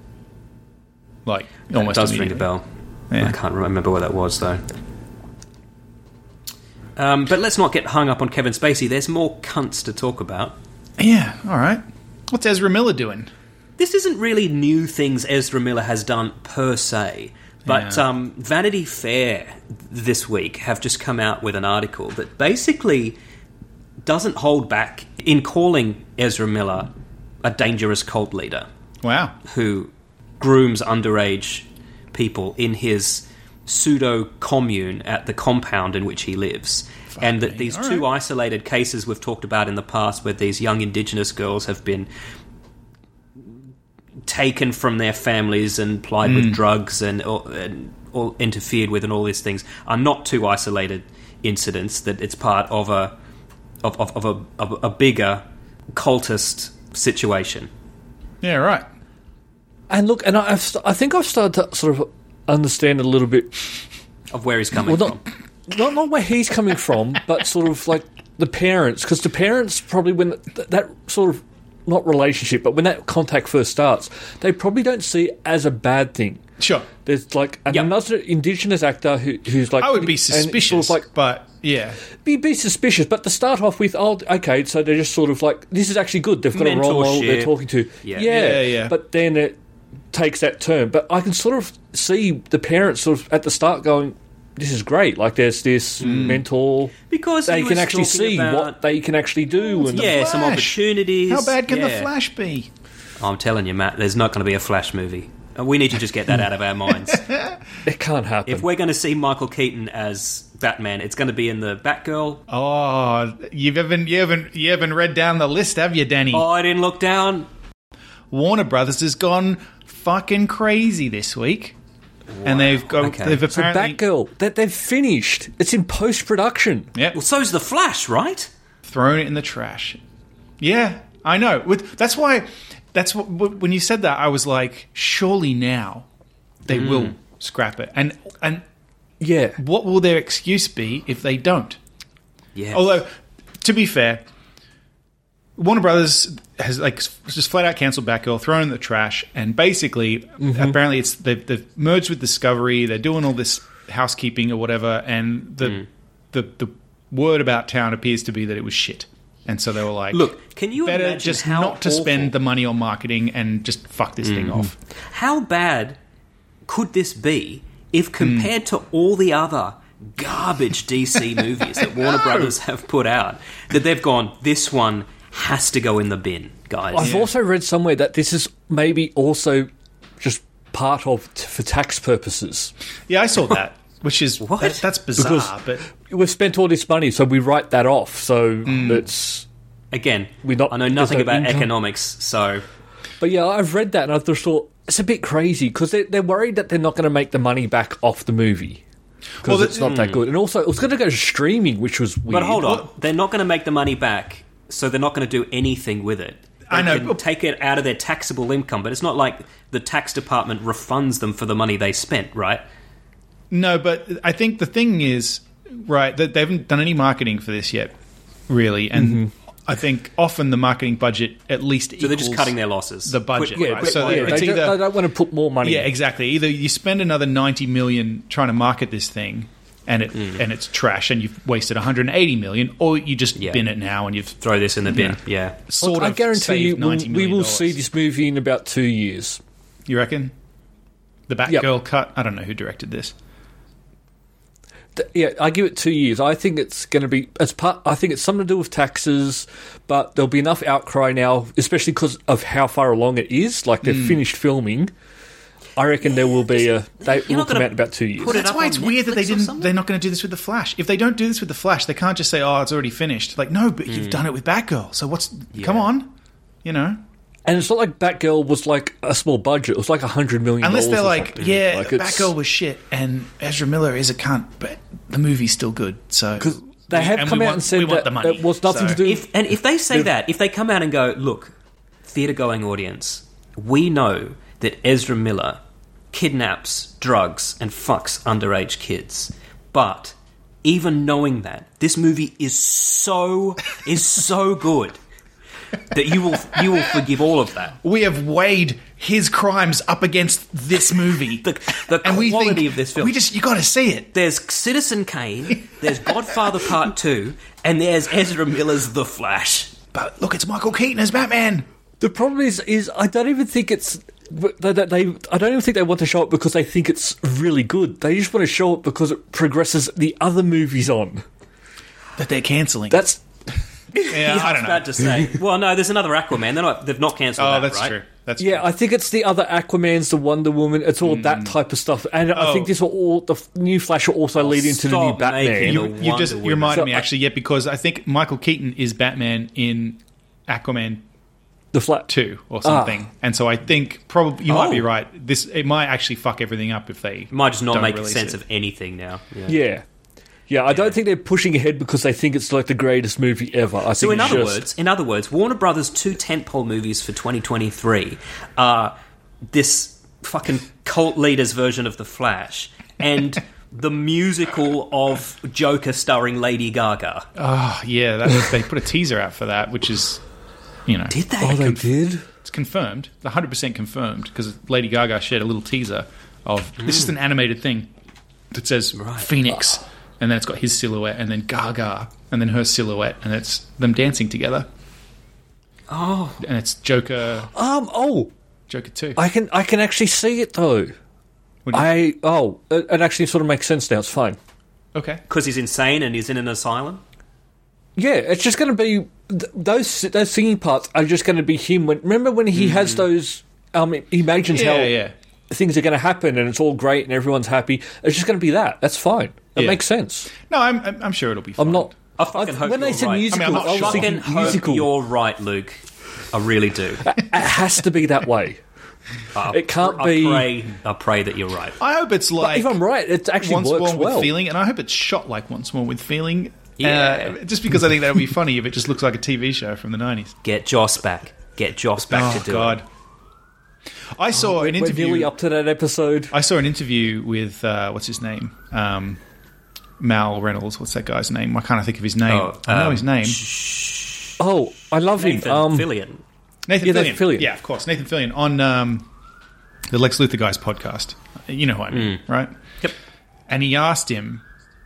S2: Like almost
S3: does ring a
S2: immediately.
S3: bell.
S2: Yeah.
S3: I can't remember what that was though. Um, but let's not get hung up on Kevin Spacey. There's more cunts to talk about.
S2: Yeah. All right. What's Ezra Miller doing?
S3: This isn't really new things Ezra Miller has done per se, but
S2: Yeah.
S3: um, Vanity Fair this week have just come out with an article that basically doesn't hold back in calling Ezra Miller a dangerous cult leader.
S2: Wow.
S3: who grooms underage people in his pseudo commune at the compound in which he lives. and that
S2: me.
S3: these
S2: All
S3: two isolated cases we've talked about in the past where these young indigenous girls have been taken from their families and plied
S1: Mm.
S3: with drugs and, all- and all interfered with and all these things are not two isolated incidents that it's part of a of, of, of a of a bigger cultist situation
S2: Yeah. Right.
S1: And look, and I- I've, st- I think I've started to sort of understand a little bit
S3: of where he's coming
S1: Well,
S3: from.
S1: not, not not where he's coming from, but sort of like the parents, because the parents probably when th- that sort of not relationship, but when that contact first starts, they probably don't see it as a bad thing.
S2: Sure.
S1: There's like an-
S3: Yep.
S1: another indigenous actor who, who's like
S2: I would be
S1: and sort of
S2: suspicious,
S1: like
S2: but yeah,
S1: be, be suspicious, but to start off with, oh, okay, so they're just sort of like, this is actually good. They've got a role model they're
S3: Mentorship.
S1: talking to.
S3: Yeah.
S2: Yeah, yeah.
S1: But then it takes that turn. But I can sort of see the parents sort of at the start going, this is great. Like there's this mentor.
S3: Because
S1: they
S3: he
S1: can
S3: was
S1: actually
S3: talking
S1: see
S3: about-
S1: what they can actually do. And
S3: yeah, some
S2: Flash.
S3: opportunities.
S2: how bad can
S3: Yeah.
S2: the Flash be?
S3: I'm telling you, Matt, there's not going to be a Flash movie. And We need to just get that out of our minds.
S1: it can't happen.
S3: if we're going to see Michael Keaton as Batman, it's going to be in the Batgirl.
S2: Oh, you've haven't you haven't you haven't read down the list, have you, Danny?
S1: Uh,
S3: Oh, I didn't look down.
S2: Warner Brothers has gone fucking crazy this week, and they've got
S3: okay.
S2: they've
S1: so
S2: apparently
S1: Batgirl, that they've finished. It's in post production.
S2: Yep.
S3: Well, so's the Flash, right?
S2: thrown it in the trash. Yeah, I know. With, that's why. That's what, when you said that, I was like, surely now they will scrap it, and and
S1: Yeah.
S2: what will their excuse be if they don't?
S3: Yeah.
S2: Although, to be fair, Warner Brothers has like s- just flat out cancelled Batgirl, thrown it in the trash, and basically, apparently, it's they've, they've merged with Discovery. They're doing all this housekeeping or whatever, and the the the word about town appears to be that it was shit, and so they were like,
S3: Look, can you
S2: better
S3: imagine
S2: just
S3: how
S2: not to
S3: awful-
S2: spend the money on marketing and just fuck this thing off."
S3: How bad could this be if compared to all the other garbage DC movies that Warner Brothers have put out, that they've gone, this one has to go in the bin, guys.
S1: I've also read somewhere that this is maybe also just part of t- for tax purposes.
S2: Yeah, I saw that, which is
S3: What?
S2: that- that's bizarre,
S1: Because-
S2: but
S1: We've spent all this money, so we write that off. So
S2: Mm.
S1: it's.
S3: Again,
S1: We not-
S3: I know
S1: there's
S3: nothing
S1: no
S3: about
S1: income.
S3: economics, so
S1: But yeah, I've read that and I've just thought it's a bit crazy because they're, they're worried that they're not going to make the money back off the movie because
S2: Well, Mm.
S1: it's not that good. And also, it was going to go to streaming, which was weird.
S3: But hold on, they're not going to make the money back, so they're not going to do anything with it. They
S2: I know,
S3: can
S2: but-
S3: take it out of their taxable income, but it's not like the tax department refunds them for the money they spent, right?
S2: No, but I think the thing is, right, that they haven't done any marketing for this yet, really. And
S1: Mm-hmm.
S2: I think often the marketing budget at least
S3: So they're just cutting their losses.
S2: the budget,
S3: Quick-
S2: right?
S3: quick
S2: So
S3: line
S1: Yeah,
S2: it's
S1: they, don't,
S2: either-
S1: they don't want to put more money.
S2: Yeah,
S1: in.
S2: exactly. Either you spend another 90 million trying to market this thing and it
S3: Mm.
S2: and it's trash and you've wasted 180 million or you just
S3: Yeah.
S2: bin it now and you've
S3: throw this in the bin. Yeah.
S2: sort of
S1: I guarantee
S2: saved
S1: you, we'll,
S2: 90
S1: we
S2: million
S1: will
S2: dollars.
S1: see this movie in about two years.
S2: You reckon? The
S1: Yep.
S2: Batgirl cut. I don't know who directed this.
S1: Th- Yeah, I give it two years. I think it's going to be as part. I think it's something to do with taxes, but there'll be enough outcry now, especially because of how far along it is. Like
S2: Hmm.
S1: they've finished filming. I reckon there will be a. They
S3: you're
S1: will
S3: not
S1: come
S3: gonna
S1: out in about two years.
S3: put it
S2: That's
S3: up
S2: why
S3: on
S2: it's weird that they
S3: Netflix or
S2: didn't.
S3: something?
S2: They're not going to do this with the Flash. If they don't do this with the Flash, they can't just say, "Oh, it's already finished." Like, no, but
S3: Mm.
S2: you've done it with Batgirl. So what's? Come on, you know.
S1: And it's not like Batgirl was like a small budget. It was like a hundred million.
S2: Unless they're
S1: dollars or
S2: like,
S1: something.
S2: "Yeah,
S1: Like, it's-
S2: Batgirl was shit, and Ezra Miller is a cunt, but the movie's still good." So
S1: They have
S2: and
S1: come
S2: we
S1: out
S2: want-
S1: and said
S2: we want
S1: that
S2: the money.
S1: that was nothing to
S2: So-
S1: do.
S3: If and if they say that, if they come out and go, look, theater going audience, we know that Ezra Miller kidnaps, drugs, and fucks underage kids. But even knowing that, this movie is so is so good that you will you will forgive all of that.
S2: We have weighed his crimes up against this movie,
S3: The- the quality of this film.
S2: We just you got to see it.
S3: There's Citizen Kane, there's Godfather Part Two, and there's Ezra Miller's The Flash.
S2: But look, it's Michael Keaton as Batman.
S1: The problem is, is I don't even think it's. They, they, they- I don't even think they want to show it because they think it's really good. They just want to show it because it progresses the other movies on.
S2: That they're canceling.
S1: That's
S2: yeah, I don't
S3: was
S2: know.
S3: about to say. Well, no, there's another Aquaman. They're not. They've not cancelled.
S2: oh,
S3: that,
S2: that's
S3: right?
S2: true. That's
S1: yeah.
S2: true.
S1: I think it's the other Aquaman's, the Wonder Woman. It's all
S3: Hmm.
S1: that type of stuff. And I
S2: Oh.
S1: think this will all the f- new Flash will also lead into the new
S3: Oh, stop making
S1: Batman.
S3: the
S2: you, you just
S3: Wonder
S2: you reminded
S1: Woman.
S2: me
S1: So I-
S2: actually, yeah, because I think Michael Keaton is Batman in Aquaman
S1: the Flash
S2: two or something, and so I think probably you might be
S3: Ah. Oh.
S2: right. This it might actually fuck everything up if they
S3: Might just not
S2: don't
S3: make
S2: release
S3: sense
S2: it.
S3: of anything now. Yeah.
S1: Yeah, yeah. I don't think they're pushing ahead because they think it's like the greatest movie ever. I think
S3: So, in
S1: it's
S3: other
S1: just-
S3: words, in other words, Warner Brothers' two tentpole movies for 2023 are this fucking cult leader's version of The Flash and the musical of Joker starring Lady Gaga.
S2: Ah, Oh yeah, that was, they put a teaser out for that, which is you know,
S3: Did they?
S1: Oh, they
S2: conf-
S1: did.
S2: it's confirmed, It's 100% confirmed, because Lady Gaga shared a little teaser of this is an
S1: Mm.
S2: animated thing that says Phoenix,
S1: Ah.
S2: and then it's got his silhouette, and then Gaga, and then her silhouette, and it's them dancing together,
S3: oh,
S2: and it's Joker,
S1: Um. Oh,
S2: Joker 2.
S1: I can I can actually see it though.
S2: What do
S1: I
S2: you-
S1: oh, it, it actually sort of makes sense now. It's fine.
S2: okay.
S3: because he's insane and he's in an asylum.
S1: Yeah, it's just going to be th- those those singing parts are just going to be him. When remember when he has those um, he imagines how
S2: Mm. Yeah, yeah.
S1: things are going to happen and it's all great and everyone's happy. It's just going to be that. That's fine. It
S2: Yeah.
S1: makes sense.
S2: No, I'm, I'm, I'm sure it'll be fine.
S1: I'm not.
S3: I fucking hope
S1: when they
S3: you're
S1: said
S3: right. I mean,
S1: musical, I,
S2: I'm not
S1: was
S2: sure.
S1: thinking
S3: Fucking hope
S1: musical.
S3: you're right, Luke. I really do.
S1: It has to be that way.
S3: I,
S1: It can't
S3: I
S1: be-
S3: Pray, I pray that you're right.
S2: I hope it's
S1: But
S2: like.
S1: if I'm right, it actually
S2: once
S1: works
S2: more
S1: well.
S2: with feeling, and I hope it's shot like once more with feeling.
S3: Yeah.
S2: Uh, just because I think that would be funny if it just looks like a TV show from the nineties.
S3: Get Joss back. Get Joss back
S2: Oh
S3: to do
S2: God!
S3: it.
S2: I saw an
S1: We're nearly
S2: interview.
S1: up to that episode.
S2: I saw an interview with uh, what's his name, um, Mal Reynolds. What's that guy's name? I can't think of his name.
S3: Oh,
S2: I know
S3: um,
S2: his name.
S1: Oh, I love
S3: Nathan
S1: him. Um,
S3: Fillion.
S2: Nathan
S1: yeah,
S2: Fillion.
S1: that's Fillion.
S2: Yeah, of course, Nathan Fillion on um, the Lex Luthor guys podcast. You know who I
S1: Mm.
S2: mean, right?
S3: Yep.
S2: And he asked him.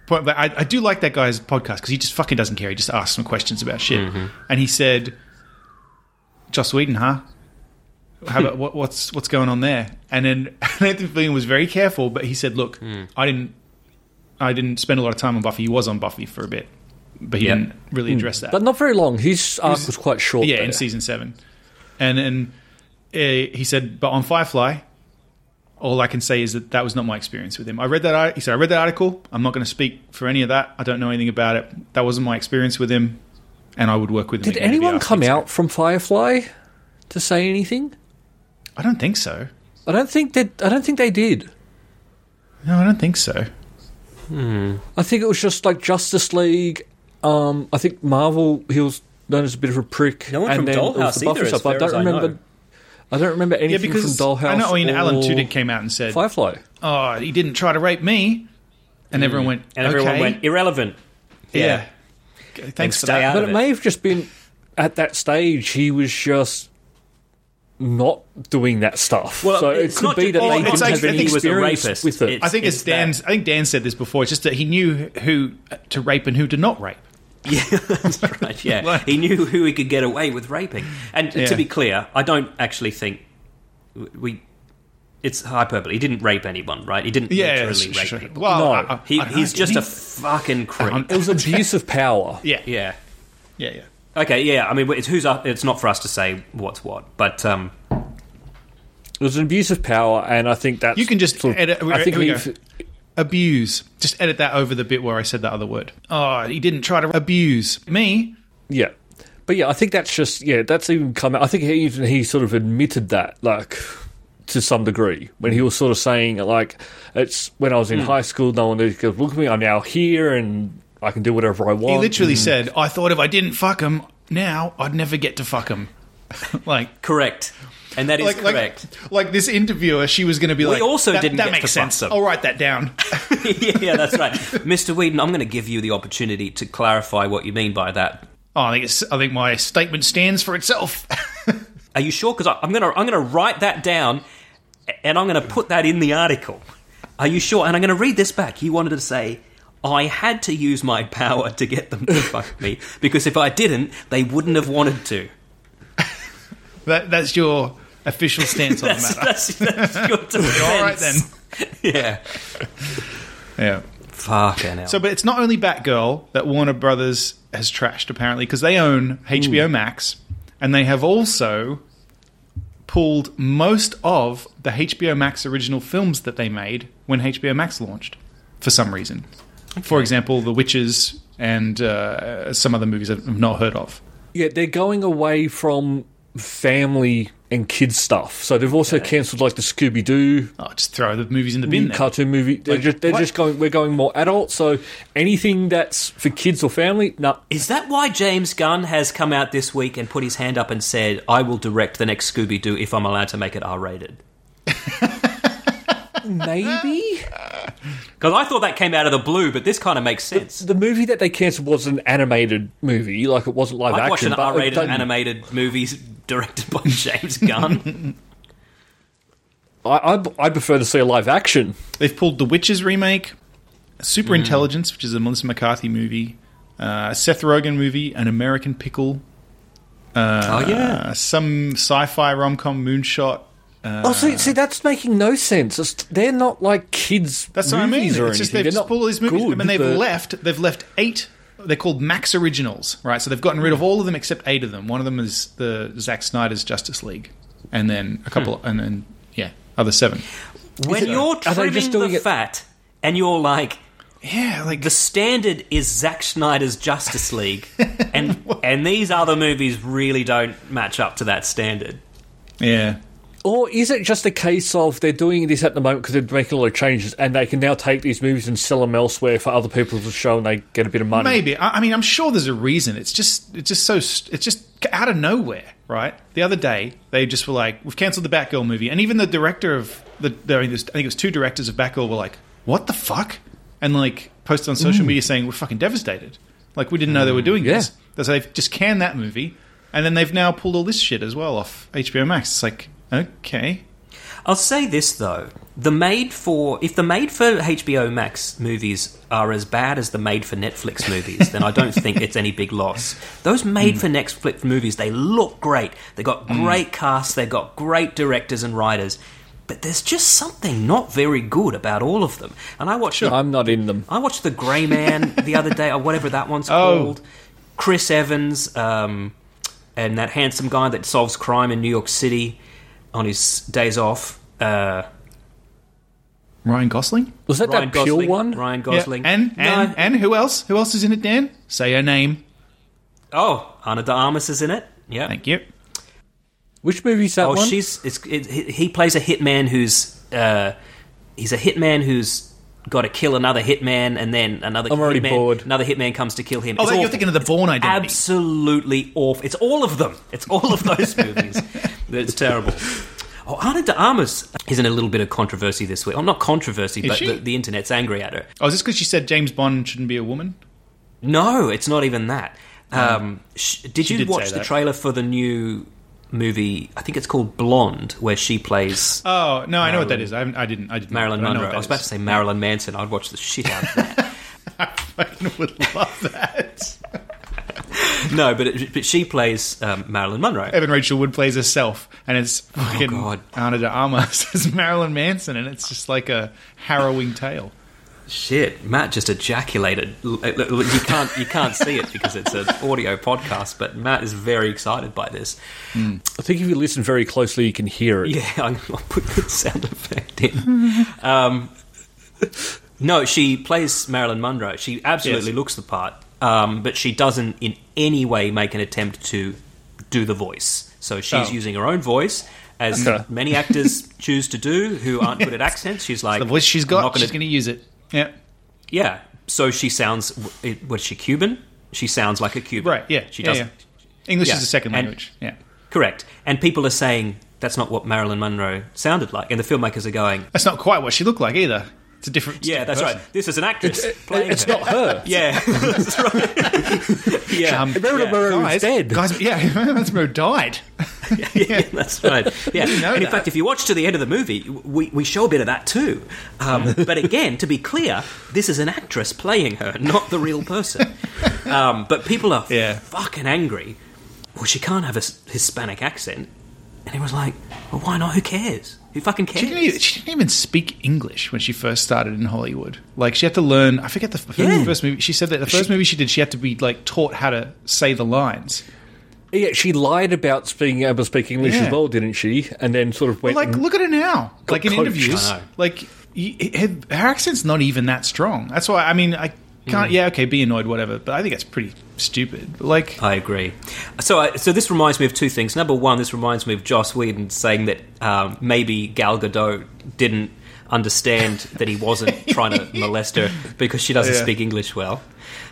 S2: Point, but I, I do like that guy's podcast because he just fucking doesn't care. He just asks some questions about shit.
S1: Mm-hmm.
S2: And he said, "Joss Whedon, huh? How about what, what's what's going on there?" And then Nathan Fillion was very careful, but he said, "Look,
S1: Mm.
S2: I didn't, I didn't spend a lot of time on Buffy. He was on Buffy for a bit, but he
S3: Yep.
S2: didn't really address that."
S1: Mm. but not very long. His arc was, quite short.
S2: Yeah,
S1: there.
S2: in season seven, and and uh, he said, but on Firefly, all I can say is that that was not my experience with him. I read that. ar- He said, I read that article. I'm not going to speak for any of that. I don't know anything about it. That wasn't my experience with him, and I would work with him.
S1: Did
S2: again if he
S1: anyone
S2: asked
S1: come
S2: me to."
S1: out from Firefly to say anything?
S2: I don't think so.
S1: I don't think that. I don't think they did.
S2: No, I don't think so.
S1: I think it was just like Justice League. Um, I think Marvel. He was known as a bit of a prick.
S3: No one
S1: and
S3: from
S1: then it was
S3: Dollhouse
S1: the Buffy
S3: either, as
S1: stuff, but
S3: fair
S1: I
S3: as
S1: don't
S3: I know.
S1: remember. I don't remember
S2: Yeah,
S1: anything
S2: because
S1: from Dollhouse.
S2: I know. I mean, Alan
S1: or
S2: Tudyk came out and said,
S1: Firefly.
S2: "Oh, he didn't try to rape me," and
S1: Mm.
S2: everyone went,
S3: And everyone
S2: "Okay,
S3: went irrelevant.
S2: yeah." Okay, Thanks for
S3: stay
S2: that.
S3: out
S1: But
S3: of
S1: it
S3: it.
S1: may have just been at that stage he was just not doing that stuff.
S3: Well,
S1: so it
S3: it's
S1: could
S3: not
S1: be
S3: ju-
S1: that
S3: oh,
S1: they
S2: it's
S1: didn't
S2: like-
S1: have
S2: I
S1: any
S2: think he
S3: was a
S1: experience
S3: rapist.
S1: with it.
S2: I think it's,
S3: It's
S2: Dan. I think Dan said this before. It's just that he knew who to rape and who to not rape.
S3: Yeah, that's right. Yeah, he knew who he could get away with raping. And
S2: Yeah.
S3: to be clear, I don't actually think we. It's hyperbole. He didn't rape anyone, right? He didn't
S2: Yeah,
S3: literally
S2: sure,
S3: rape
S2: sure.
S3: people.
S2: Well,
S1: No.
S2: I- I-
S3: he,
S2: I don't
S3: he's
S2: know.
S3: just
S2: He- Um,
S3: a fucking creep.
S1: it was abuse of power.
S2: yeah, yeah,
S3: Yeah.
S2: yeah, yeah.
S3: Okay. Yeah. I mean, it's who's up. It's not for us to say what's what, but um,
S1: It was an abuse of power, and I think that's
S2: You can just
S1: sort of-
S2: edit.
S1: I think
S2: here we
S1: he-
S2: go. abuse. Just edit that over the bit where I said that other word. Oh, he didn't try to abuse me.
S1: Yeah. But yeah, I think that's just yeah, that's even come out. I think he even he sort of admitted that like to some degree when he was sort of saying like it's when I was
S2: Hmm.
S1: in high school, no one could look at me. I'm now here and I can do whatever I want.
S3: Oh,
S2: He
S3: mm.
S2: literally said, "I thought if I didn't fuck him, now I'd never get to fuck him." like.
S3: correct. And that is
S2: Like, like,
S3: correct.
S2: like this interviewer, she was going to be like,
S3: also
S2: that,
S3: didn't
S2: that
S3: get
S2: makes
S3: to fuck
S2: sense.
S3: them."
S2: I'll write that down.
S3: yeah, that's right, Mr. Whedon. I'm going to give you the opportunity to clarify what you mean by that.
S2: Oh, I think it's, I think my statement stands for itself.
S3: Are you sure? Because I'm gonna I'm gonna write that down, and I'm gonna put that in the article. Are you sure? And I'm gonna read this back. You wanted to say I had to use my power to get them to fuck me because if I didn't, they wouldn't have wanted to.
S2: That, that's your official stance on the
S3: That's,
S2: matter.
S3: that's, that's your defense.
S2: All right then.
S3: Yeah.
S2: Yeah.
S3: Fucking hell.
S2: So, but it's not only Batgirl that Warner Brothers has trashed apparently because they own HBO Max and they have also pulled most of the HBO Max original films that they made when HBO Max launched for some reason. For example, The Witches and uh, some other movies I've not heard of.
S1: Yeah, they're going away from family and kids stuff. So they've also cancelled like the Scooby Doo
S2: Oh, just throw the movies in the bin. Then.
S1: cartoon movie. They're, just, they're
S2: what?
S1: just going. We're going more adult. So anything that's for kids or family, no.
S3: Is that why James Gunn has come out this week and put his hand up and said, I will direct the next Scooby Doo if I'm allowed to make it R rated?
S1: Maybe
S3: Because I thought that came out of the blue, but this kind of makes sense.
S1: the movie that they cancelled was an animated movie, like it wasn't live
S3: I'd watch
S1: action.
S3: an
S1: but it
S3: R-rated
S1: done-
S3: animated movie directed by James Gunn.
S1: I, I I prefer to see a live action.
S2: They've pulled The Witches remake,
S1: Hmm.
S2: Super Intelligence, which is a Melissa McCarthy movie, uh, a Seth Rogen movie, An American Pickle,
S3: oh yeah,
S2: uh, some sci-fi rom-com Moonshot.
S1: oh, see, see, that's making no sense. It's, they're not like kids.
S2: That's what I mean.
S1: movies or
S2: It's just
S1: anything.
S2: they've
S1: They're
S2: just
S1: not
S2: pulled all these movies,
S1: good,
S2: and they've
S1: but-
S2: left. They've left eight. They're called Max Originals, right? So they've gotten rid of all of them except eight of them. One of them is the Zack Snyder's Justice League, and then a couple,
S1: Hmm.
S2: and then yeah, other seven.
S3: when you're
S1: Are they
S3: trimming
S1: just doing
S3: the
S1: it-
S3: fat and you're like,
S2: Yeah, like
S3: the standard is Zack Snyder's Justice League, and and these other movies really don't match up to that standard.
S2: yeah.
S1: Or is it just a case of they're doing this at the moment because they're making a lot of changes and they can now take these movies and sell them elsewhere for other people to show and they get a bit of money?
S2: Maybe. I, I mean, I'm sure there's a reason. It's just, it's just so, st- it's just c- out of nowhere, right? The other day, they just were like, "We've cancelled the Batgirl movie," and even the director of the, the I mean, there's- I think it was two directors of Batgirl were like, "What the fuck?" and like posted on
S3: Mm.
S2: social media saying, "We're fucking devastated. Like, we didn't know they were doing this." So they've just canned that movie, and then they've now pulled all this shit as well off HBO Max. It's like, okay,
S3: I'll say this though: the made for if the made for HBO Max movies are as bad as the made for Netflix movies, then I don't think it's any big loss. Those made for Netflix movies, they look great. They got great casts. They got great directors and writers. But there's just something not very good about all of them. And I watched
S1: I'm not in them.
S3: I watched The Grey Man the other day, or whatever that one's
S2: Oh.
S3: called. Chris Evans, um, and that handsome guy that solves crime in New York City on his days off. Uh,
S2: Ryan Gosling.
S1: Was that
S3: Ryan
S1: that Peel
S3: Gosling.
S1: one?
S3: Ryan
S2: Yeah.
S3: Gosling.
S2: And
S3: No.
S2: and and who else? Who else is in it? Dan, say her name.
S3: oh, Ana de Armas is in it. Yeah.
S2: Thank you.
S1: Which movie's that
S3: Oh,
S1: one?
S3: she's it's, it, he he plays a hitman who's uh, he's a hitman who's got to kill another hitman, and then another
S1: I'm already
S3: hitman,
S1: bored.
S3: another hitman comes to kill him.
S2: Oh,
S3: It's
S2: that, you're
S3: awful.
S2: thinking of the Born Identity.
S3: absolutely awful. It's all of them. It's all of those movies. It's terrible. Oh, Ana de Armas is in a little bit of controversy this week. Well, not controversy, but
S2: she?
S3: the, the internet's angry at her.
S2: Oh, is this because she said James Bond shouldn't be a woman?
S3: No, it's not even that.
S1: Hmm.
S3: Um, sh- did you
S2: did
S3: watch
S2: say
S3: the
S2: that.
S3: trailer for the new movie? I think it's called Blonde, where she plays
S2: Oh no, I know what that is. I, haven't- I didn't. I didn't.
S3: Marilyn
S2: but I know
S3: Monroe.
S2: what
S3: I,
S2: that
S3: was about to
S2: is.
S3: say Marilyn Manson. I'd watch the shit out of that.
S2: I would love that.
S3: no, but, it, but she plays um, Marilyn Monroe.
S2: Evan Rachel Wood plays herself, and it's fucking
S3: Oh, God.
S2: Ana de Armas as Marilyn Manson, and it's just like a harrowing tale.
S3: Shit, Matt just ejaculated. L- l- l- You can't you can't see it because it's an audio podcast, but Matt is very excited by this.
S1: I think if you listen very closely, you can hear it.
S3: Yeah, I'm, I'll put the sound effect in. Um, no, she plays Marilyn Monroe. She absolutely
S2: Yes.
S3: looks the part, um, but she doesn't in any way make an attempt to do the voice. So she's
S2: Oh.
S3: using her own voice, as
S2: Okay.
S3: many actors choose to do who aren't good at accents. She's like
S2: The voice she's
S3: "I'm not
S2: got,
S3: gonna
S2: she's going to use it. Yeah,
S3: Yeah. So she sounds. What is she Cuban? She sounds like a Cuban.
S2: right. Yeah,
S3: She
S2: yeah,
S3: doesn't.
S2: yeah. English
S3: Yeah,
S2: is a second
S3: and-
S2: language. Yeah,
S3: Correct. And people are saying that's not what Marilyn Monroe sounded like, and the filmmakers are going,
S2: that's not quite what she looked like either. It's a different. it's a
S3: "Yeah,
S2: different
S3: that's right.
S2: person.
S3: This is an actress playing
S1: It's
S3: her."
S1: not her.
S3: Yeah, that's right. yeah.
S2: Um,
S1: Marilyn
S3: Yeah.
S1: Monroe is
S2: guys,
S1: dead.
S2: guys. Yeah, that's Monroe died.
S3: yeah, that's right. Yeah,
S2: know
S3: and in
S2: that.
S3: fact, if you watch to the end of the movie, we, we show a bit of that too. Um, but again, to be clear, this is an actress playing her, not the real person. Um, but people are
S2: Yeah.
S3: fucking angry. Well, she can't have a s- Hispanic accent, and everyone's like, "Well, why not? Who cares? Who fucking cares?"
S2: She didn't, even, she didn't even speak English when she first started in Hollywood. Like she had to learn. I forget the f-
S3: Yeah.
S2: first movie. She said that the first movie she did, she had to be like taught how to say the lines.
S1: Yeah, she lied about speaking able to speak English
S2: Yeah.
S1: as well, didn't she? And then sort of went. "Mm,
S2: Like look at her now. Like in
S1: coached,
S2: interviews,
S3: Mm. I know.
S2: like y- her, her accent's not even that strong. That's why. I mean, I can't.
S3: Mm.
S2: Yeah, okay, be annoyed, whatever. But I think that's pretty stupid. But, like,
S3: I agree. So, I, so this reminds me of two things. Number one, this reminds me of Joss Whedon saying that um, maybe Gal Gadot didn't understand that he wasn't trying to molest her because she doesn't
S2: Yeah.
S3: speak English well.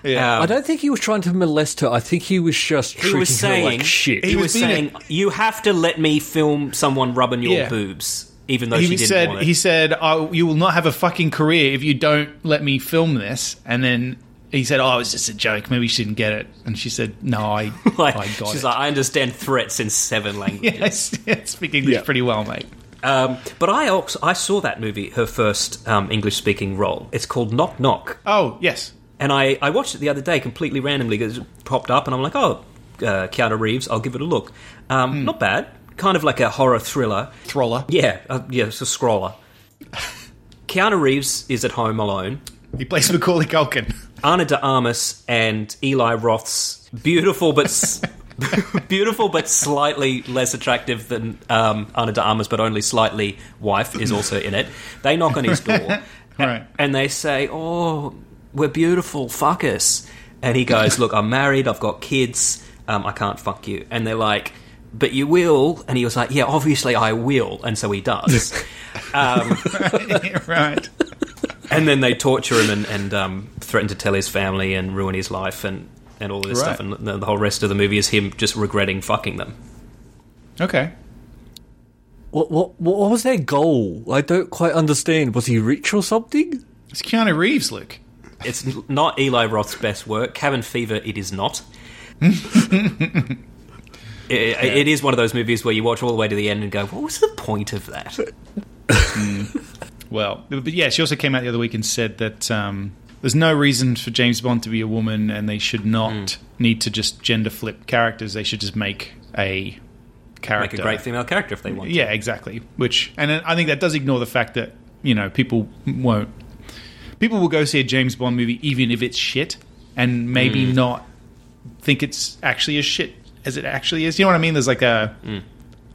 S3: Um,
S2: Yeah.
S1: I don't think he was trying to molest her. I think he was just
S3: He
S1: treating
S3: was saying,
S1: her like shit.
S3: he,
S2: He
S3: was,
S2: was being
S3: saying, you have to let me film someone rubbing your
S2: Yeah.
S3: boobs. even though she
S2: he
S3: didn't
S2: said
S3: want it.
S2: he said oh, you will not have a fucking career if you don't let me film this and then he said oh it was just a joke maybe she didn't get it and she said no i,
S3: Like,
S2: I got
S3: she's
S2: it
S3: like, I understand threats in seven languages.
S2: yes, yes, speak english
S1: Yeah.
S2: pretty well mate
S3: Um, but I also, I saw that movie, her first um, English speaking role. It's called Knock Knock,
S2: oh yes
S3: and I, I watched it the other day completely randomly because it popped up, and I'm like, oh, uh, Keanu Reeves, I'll give it a look. Um, Not bad, kind of like a horror thriller.
S2: Throller.
S3: Yeah, uh, yeah, it's a scroller. Keanu Reeves is at home alone.
S2: He plays Macaulay Culkin.
S3: Anna de Armas and Eli Roth's beautiful but s- beautiful but slightly less attractive than um, Anna de Armas, but only slightly wife is also in it. They knock on his door
S2: Right.
S3: and they say, "Oh, we're beautiful, fuck us." And he goes, "Look, I'm married. I've got kids. Um, I can't fuck you." And they're like, "But you will." And he was like, "Yeah, obviously I will." And so he does. um,
S2: right.
S3: and then they torture him and, and um, threaten to tell his family and ruin his life and, and all of this
S2: Right.
S3: stuff. And the, the whole rest of the movie is him just regretting fucking them.
S2: Okay.
S1: What, what, what was their goal? I don't quite understand. Was he rich or something?
S2: It's Keanu Reeves, Luke.
S3: It's n- not Eli Roth's best work. Cabin Fever, it is not. I- I- it is one of those movies where you watch all the way to the end and go, what was the point of that?
S2: Well, but yeah, she also came out the other week and said that um, there's no reason for James Bond to be a woman, and they should not
S3: Hmm.
S2: need to just gender flip characters. They should just make a
S3: Make
S2: character.
S3: a great female character if they want. to.
S2: Yeah, exactly. Which, and I think that does ignore the fact that you know people won't. People will go see a James Bond movie even if it's shit, and maybe
S3: Mm.
S2: not think it's actually as shit as it actually is. You know what I mean? There's like a
S3: Mm.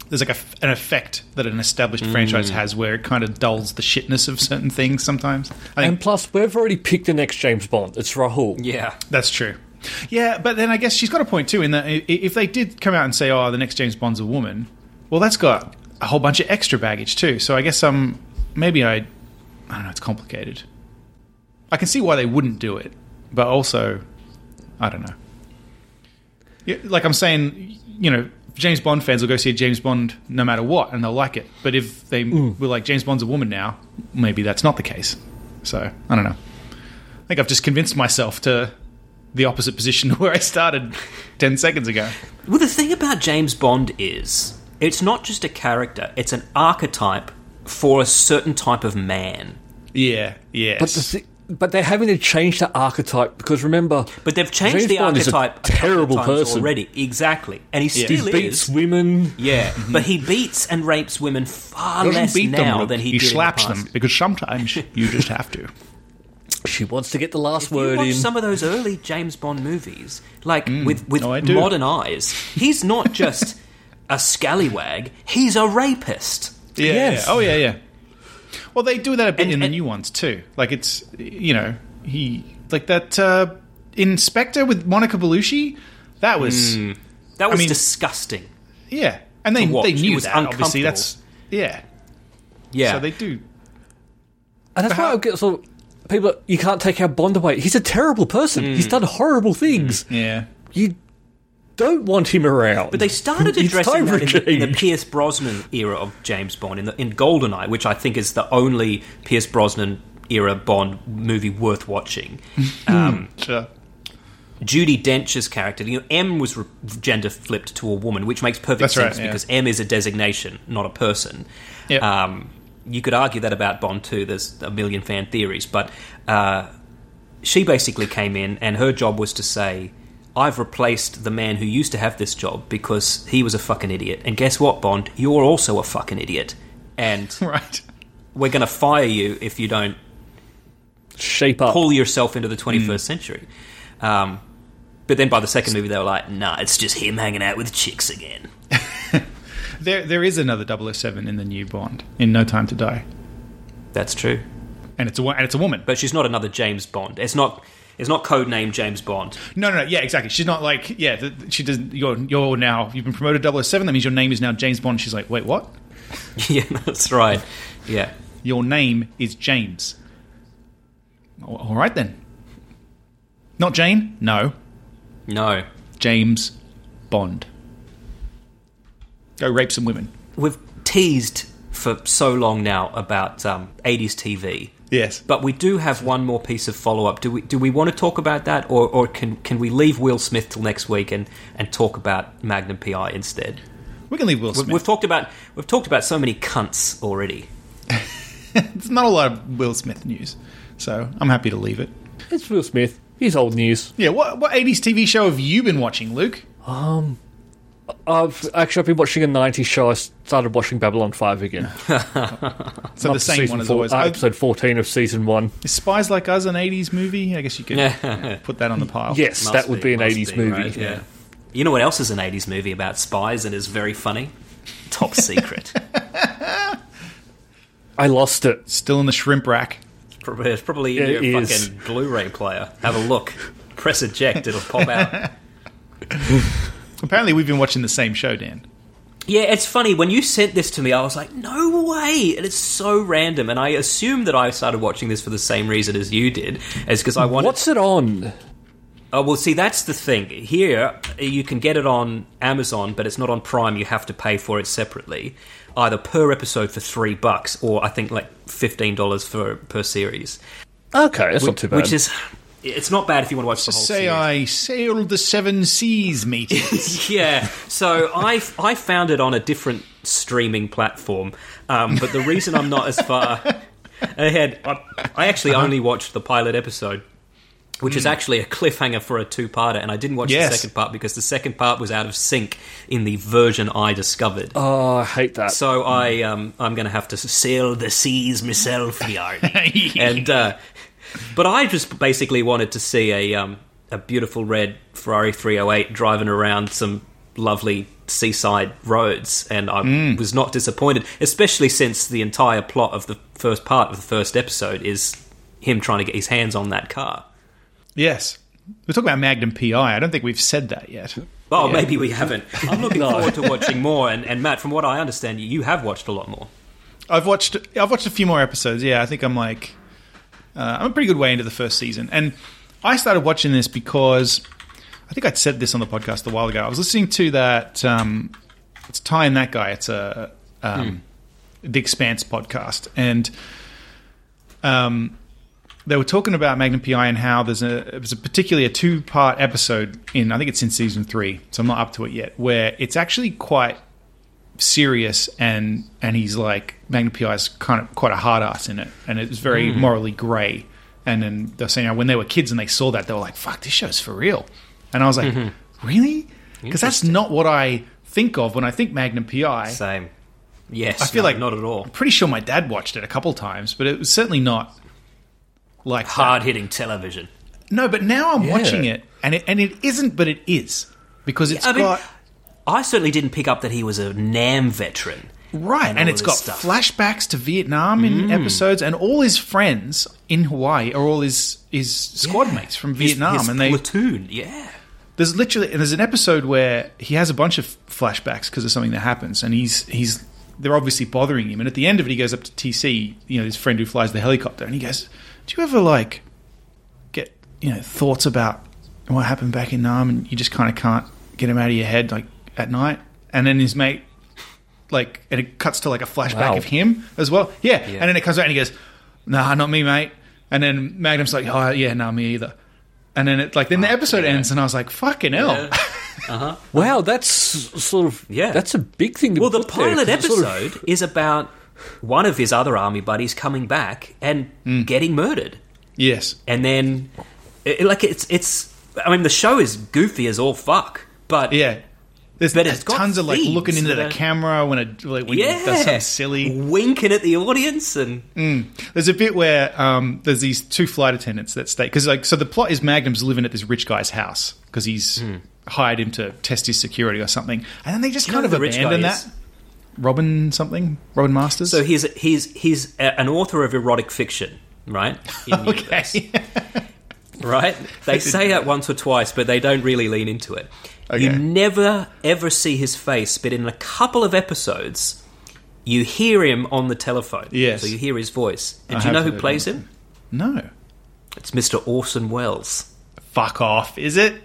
S2: there's like a, an effect that an established franchise has where it kind of dulls the shitness of certain things sometimes. I think
S1: And plus, we've already picked the next James Bond. It's Rahul.
S3: Yeah.
S2: that's true. Yeah, but then I guess she's got a point too in that i- if they did come out and say, "Oh, the next James Bond's a woman," well, that's got a whole bunch of extra baggage too. So I guess um, maybe I, I don't know. It's complicated. I can see why they wouldn't do it, but also, I don't know. Yeah, like I'm saying, you know, James Bond fans will go see James Bond no matter what, and they'll like it. But if they were like James Bond's a woman now, maybe that's not the case. So I don't know. I think I've just convinced myself to the opposite position to where I started 10 seconds ago.
S3: Well, the thing about James Bond is it's not just a character, it's an archetype for a certain type of man.
S2: Yeah, yes.
S1: But, the thi- but they're having to change the archetype because remember,
S3: But they've changed
S1: James
S3: the
S1: Bond is a
S3: archetype. couple of
S1: terrible
S3: times
S1: person.
S3: already. Exactly, and he
S1: he
S3: still
S1: beats
S3: is.
S1: women.
S3: Yeah, but he beats and rapes women far
S2: Doesn't
S3: less
S2: beat them,
S3: now
S2: Luke.
S3: than he,
S2: he
S3: did in the
S2: slaps
S3: past.
S2: them because sometimes you just have to.
S1: She wants to get the last
S3: If you
S1: word
S3: watch
S1: in.
S3: some of those early James Bond movies, like with with
S2: Mm. no, I do.
S3: modern eyes, he's not just a scallywag; he's a rapist.
S2: Yeah,
S1: Yes.
S2: yeah. Oh yeah, yeah. Well, they do that a bit
S3: And-
S2: in the
S3: and-
S2: new ones too. Like it's you know he like that uh, inspector with Monica Bellucci. That was
S3: That was
S2: mean-
S3: disgusting.
S2: yeah, and they
S3: To watch.
S2: they
S3: It
S2: knew
S3: was
S2: that obviously.
S3: uncomfortable.
S2: That's yeah.
S3: Yeah,
S2: So they do.
S1: and that's why
S2: how-
S1: I get so people. are, You can't take our Bond away. He's a terrible person. He's done horrible things.
S2: Yeah.
S1: You don't want him around.
S3: But they started
S1: It's
S3: addressing
S1: time for
S3: that in, the- in the
S1: change.
S3: Pierce Brosnan era of James Bond in, the, in Goldeneye, which I think is the only Pierce Brosnan era Bond movie worth watching.
S2: Sure.
S3: Judy Dench's character, you know, M was re- gender flipped to a woman, which makes perfect
S2: That's right,
S3: sense
S2: yeah.
S3: because M is a designation, not a person.
S2: Yep.
S3: Um, you could argue that about Bond too. There's a million fan theories, but uh, she basically came in, and her job was to say, "I've replaced the man who used to have this job because he was a fucking idiot." And guess what, Bond? You're also a fucking idiot, and
S2: Right.
S3: we're going to fire you if you don't
S1: shape up.
S3: pull yourself into the 21st century. Um, but then by the second movie, they were like, nah, it's just him hanging out with chicks again.
S2: There there is another 007 in the new Bond in No Time to Die,
S3: That's true.
S2: and it's a wo- and it's a woman.
S3: But she's not another James Bond. It's not. It's not codename James Bond.
S2: No, no, no. Yeah, exactly. She's not like yeah. th- th- She doesn't. You're you're now. You've been promoted 007. That means your name is now James Bond. She's like, wait, what?
S3: yeah, that's right. Yeah.
S2: Your name is James. Al- All right then. Not Jane? No.
S3: No.
S2: James Bond. Go rape some women.
S3: We've teased for so long now about um, 80s TV.
S2: Yes.
S3: But we do have one more piece of follow up. Do we do we want to talk about that, or, or can can we leave Will Smith till next week and, and talk about Magnum PI instead?
S2: we can leave Will Smith.
S3: We've talked about we've talked about so many cunts already.
S2: There's not a lot of Will Smith news, so I'm happy to leave it.
S1: It's Will Smith. He's old news.
S2: Yeah, what what 80s TV show have you been watching, Luke?
S1: I've actually I've been watching a '90s show. I started watching Babylon Five again.
S2: So the same
S1: Season
S2: one as
S1: four-
S2: always.
S1: uh,
S2: I-
S1: episode 14 of season one.
S2: Is Spies Like Us an 80s movie? I guess you could uh, put that on the pile.
S1: Yes,
S3: Must
S1: that would be, an
S3: must
S1: 80s
S3: be,
S1: movie.
S3: right? Yeah. You know what else is an 80s movie about spies and is very funny? Top Secret.
S1: I lost it.
S2: Still in the shrimp rack.
S3: Probably- it's probably
S1: It
S3: in your
S1: is.
S3: fucking Blu-ray player. Have a look. Press eject, it'll pop out.
S2: Apparently, we've been watching the same show, Dan.
S3: Yeah, it's funny. When you sent this to me, I was like, no way! And it's so random. And I assume that I started watching this for the same reason as you did, is because I wanted
S1: What's it on?
S3: Oh well, see that's the thing. Here you can get it on Amazon, but it's not on Prime. You have to pay for it separately, either per episode for three bucks, or I think like fifteen dollars for per series,
S1: Okay, that's not too bad.
S3: which is it's not bad if you want to watch the whole
S2: Say
S3: series.
S2: I sailed the seven seas, mate.
S3: yeah. So I I found it on a different streaming platform, um, but the reason I'm not as far ahead, I, I actually only watched the pilot episode. Which is actually a cliffhanger for a two-parter, and I didn't watch
S2: Yes.
S3: the second part because the second part was out of sync in the version I discovered.
S1: oh, I hate that.
S3: So I, um, I'm going to have to sail the seas myself, Yardy. and uh, but I just basically wanted to see a um, a beautiful red Ferrari 308 driving around some lovely seaside roads, and I
S2: Hmm.
S3: was not disappointed, especially since the entire plot of the first part of the first episode is him trying to get his hands on that car.
S2: yes. We're talking about Magnum PI. I don't think we've said that yet.
S3: Well,
S2: Yeah.
S3: maybe we haven't. I'm looking forward to watching more. And, and Matt, from what I understand, you have watched a lot more.
S2: I've watched I've watched a few more episodes. Yeah, I think I'm like uh, I'm a pretty good way into the first season, and I started watching this because I think I'd said this on the podcast a while ago. I was listening to that. Um, it's Ty and that guy. It's a um, the Expanse podcast, and um, they were talking about Magnum PI and how there's a it was a particularly a two part episode in I think it's in season three, so I'm not up to it yet, where it's actually quite serious and and he's like Magnum PI's kind of quite a hard ass in it, and it's very morally grey. And then they're saying when they were kids and they saw that they were like, "Fuck, this show's for real," and I was like, "Really?" Because that's not what I think of when I think Magnum PI.
S3: Same. Yes.
S2: I feel
S3: no,
S2: like
S3: not at all.
S2: I'm pretty sure my dad watched it a couple times, but it was certainly not like that.
S3: Hard hitting television.
S2: No, but now I'm watching it, and it and it isn't, but it is because it's
S3: I mean,
S2: got
S3: I certainly didn't pick up that he was a Nam veteran.
S2: right, and,
S3: all
S2: it's
S3: this
S2: got
S3: stuff. Mm.
S2: flashbacks to Vietnam in episodes, and all his friends in Hawaii are all his his squad mates from Vietnam,
S3: his
S2: and they
S3: platoon. Yeah,
S2: there's literally and there's an episode where he has a bunch of flashbacks because of something that happens, and he's he's they're obviously bothering him, and at the end of it, he goes up to TC, you know, his friend who flies the helicopter, and he goes, "Do you ever like get you know thoughts about what happened back in Nam, and you just kind of can't get them out of your head like at night?" And then his mate, like, and it cuts to like a flashback
S1: Wow.
S2: of him as well, yeah. and then it comes out and he goes, "Nah, not me, mate." And then Magnum's like, "Oh yeah, nah, me either." And then it like then the episode ends, and I was like, "Fucking hell!"
S1: wow, that's sort of
S3: Yeah.
S1: That's a big thing. To
S3: Well, the
S1: put there,
S3: pilot
S1: 'cause it's sort
S3: episode
S1: of-
S3: is about one of his other army buddies coming back and
S2: Hmm.
S3: getting murdered,
S2: Yes,
S3: and then it, like it's it's. I mean, the show is goofy as all fuck, but
S2: yeah. There's
S3: But it's got
S2: tons of like
S3: themes
S2: looking into
S3: that
S2: the
S3: are-
S2: camera when it like when
S3: yeah,
S2: it does something silly.
S3: winking at the audience and
S2: There's a bit where um, there's these two flight attendants that stay because like so the plot is Magnum's living at this rich guy's house because he's
S3: Hmm.
S2: hired him to test his security or something, and then they just
S3: You know
S2: kind of
S3: who the rich guy
S2: abandon
S3: is?
S2: that. Robin something, Robin Masters.
S3: So he's he's he's a, an author of erotic fiction, right? In
S2: okay,
S3: universe, right. They say that once or twice, but they don't really lean into it. You
S2: Okay.
S3: never ever see his face, but in a couple of episodes, you hear him on the telephone.
S2: Yes.
S3: so you hear his voice. And
S2: I
S3: do you know
S2: have
S3: who
S2: heard
S3: plays
S2: him.
S3: him?
S2: no,
S3: It's Mr. Orson Welles.
S2: fuck off. Is it?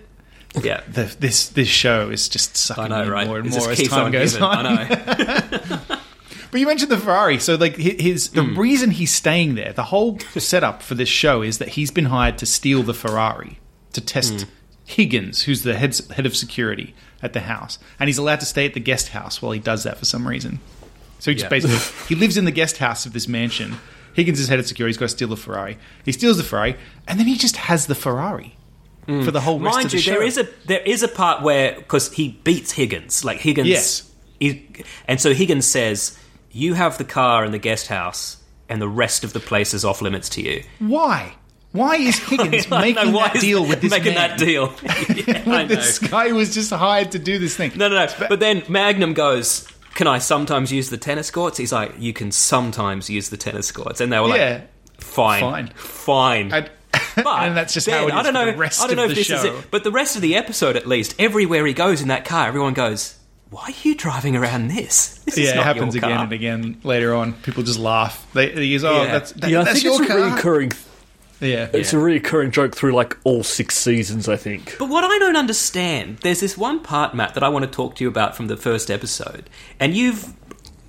S3: Yeah,
S2: The, this this show is just sucking
S3: I know,
S2: me
S3: right?
S2: more and
S3: It
S2: more
S3: just
S2: as
S3: keeps
S2: time
S3: on
S2: goes
S3: giving.
S2: on.
S3: I know.
S2: But you mentioned the Ferrari, so like hi- his the
S3: Hmm.
S2: reason he's staying there, the whole setup for this show is that he's been hired to steal the Ferrari to test
S3: Hmm.
S2: Higgins, who's the head head of security at the house, and he's allowed to stay at the guest house while he does that for some reason. So he just
S3: Yeah.
S2: basically he lives in the guest house of this mansion. Higgins is head of security. He's got to steal the Ferrari. He steals the Ferrari, and then he just has the Ferrari for the whole rest of
S3: Hmm. Mind
S2: the
S3: you,
S2: show.
S3: there is a there is a part where because he beats Higgins, like Higgins,
S2: Yes.
S3: he- and so Higgins says, "You have the car in the guest house, and the rest of the place is off limits to you."
S2: why? Why is Higgins making
S3: why
S2: that
S3: is-
S2: deal with this
S3: making
S2: man?
S3: that deal. Yeah, I know.
S2: this guy was just hired to do this thing.
S3: No, no, no. But then Magnum goes, "Can I sometimes use the tennis courts?" He's like, "You can sometimes use the tennis courts," and they were
S2: Yeah.
S3: like, "Fine,
S2: Fine.
S3: fine,
S2: And,
S3: But
S2: and that's just
S3: then,
S2: how it is
S3: I don't
S2: for
S3: know.
S2: the rest
S3: I don't know
S2: of
S3: if
S2: the
S3: this
S2: show.
S3: is it, but the rest of the episode, at least, everywhere he goes in that car, everyone goes, "Why are you driving around this? This
S2: yeah,
S3: is not
S2: it happens
S3: your car."
S2: again and again later on. People just laugh. They, they use, oh,
S3: Yeah.
S2: that's, that,
S1: Yeah, I
S2: that's
S1: think
S2: your
S1: it's a
S2: car.
S1: recurring.
S2: yeah.
S1: It's a recurring joke through like all six seasons. I think.
S3: But what I don't understand, there's this one part, Matt, that I want to talk to you about from the first episode, and you've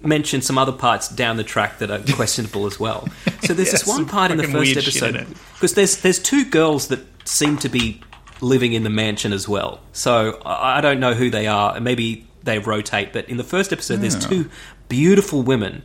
S3: mentioned some other parts down the track that are questionable as well. So there's
S2: Yes,
S3: this one
S2: some
S3: part in the
S2: fucking
S3: first
S2: weird shit in
S3: episode
S2: it.
S3: because there's there's two girls that seem to be living in the mansion as well. So I I don't know who they are. Maybe they rotate, but in the first episode, there's two beautiful women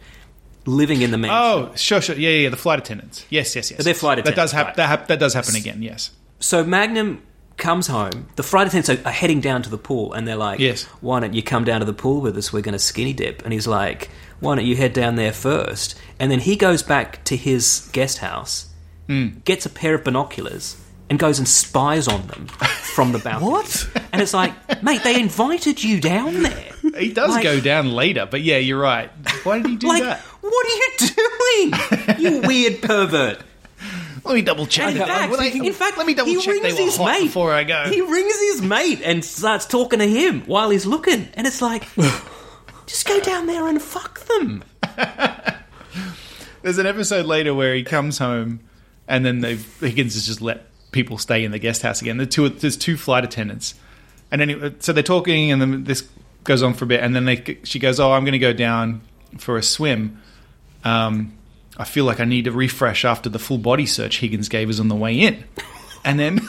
S3: living in the mansion.
S2: Oh, sure, sure. Yeah, yeah, yeah, the flight attendants. Yes, yes, yes.
S3: They're flight
S2: That does,
S3: attendants,
S2: hap-
S3: right.
S2: that, hap- that does happen again, yes.
S3: So Magnum comes home. The flight attendants are, are heading down to the pool, and they're like,
S2: Yes.
S3: why don't you come down to the pool with us? We're going to skinny dip." And he's like, "Why don't you head down there first? And then he goes back to his guest house,
S2: Hmm.
S3: gets a pair of binoculars, and goes and spies on them from the balcony.
S1: What?
S3: And it's like, mate, they invited you down there.
S2: He does
S3: Like-
S2: go down later, but yeah, you're right. Why did he do
S3: Like,
S2: that?
S3: what are you doing? You weird pervert.
S2: Let me double check.
S3: In
S2: that.
S3: fact,
S2: Well, I-
S3: in fact,
S2: let me double
S3: he
S2: check
S3: rings
S2: they were
S3: his
S2: hot
S3: mate
S2: before I go.
S3: He rings his mate and starts talking to him while he's looking, and it's like, just go down there and fuck them.
S2: There's an episode later where he comes home, and then they Higgins has just let people stay in the guest house again. The two there's two flight attendants, and anyway, so they're talking, and then this goes on for a bit, and then they she goes, "Oh, I'm going to go down for a swim. Um, I feel like I need a refresh after the full body search Higgins gave us on the way in," and then.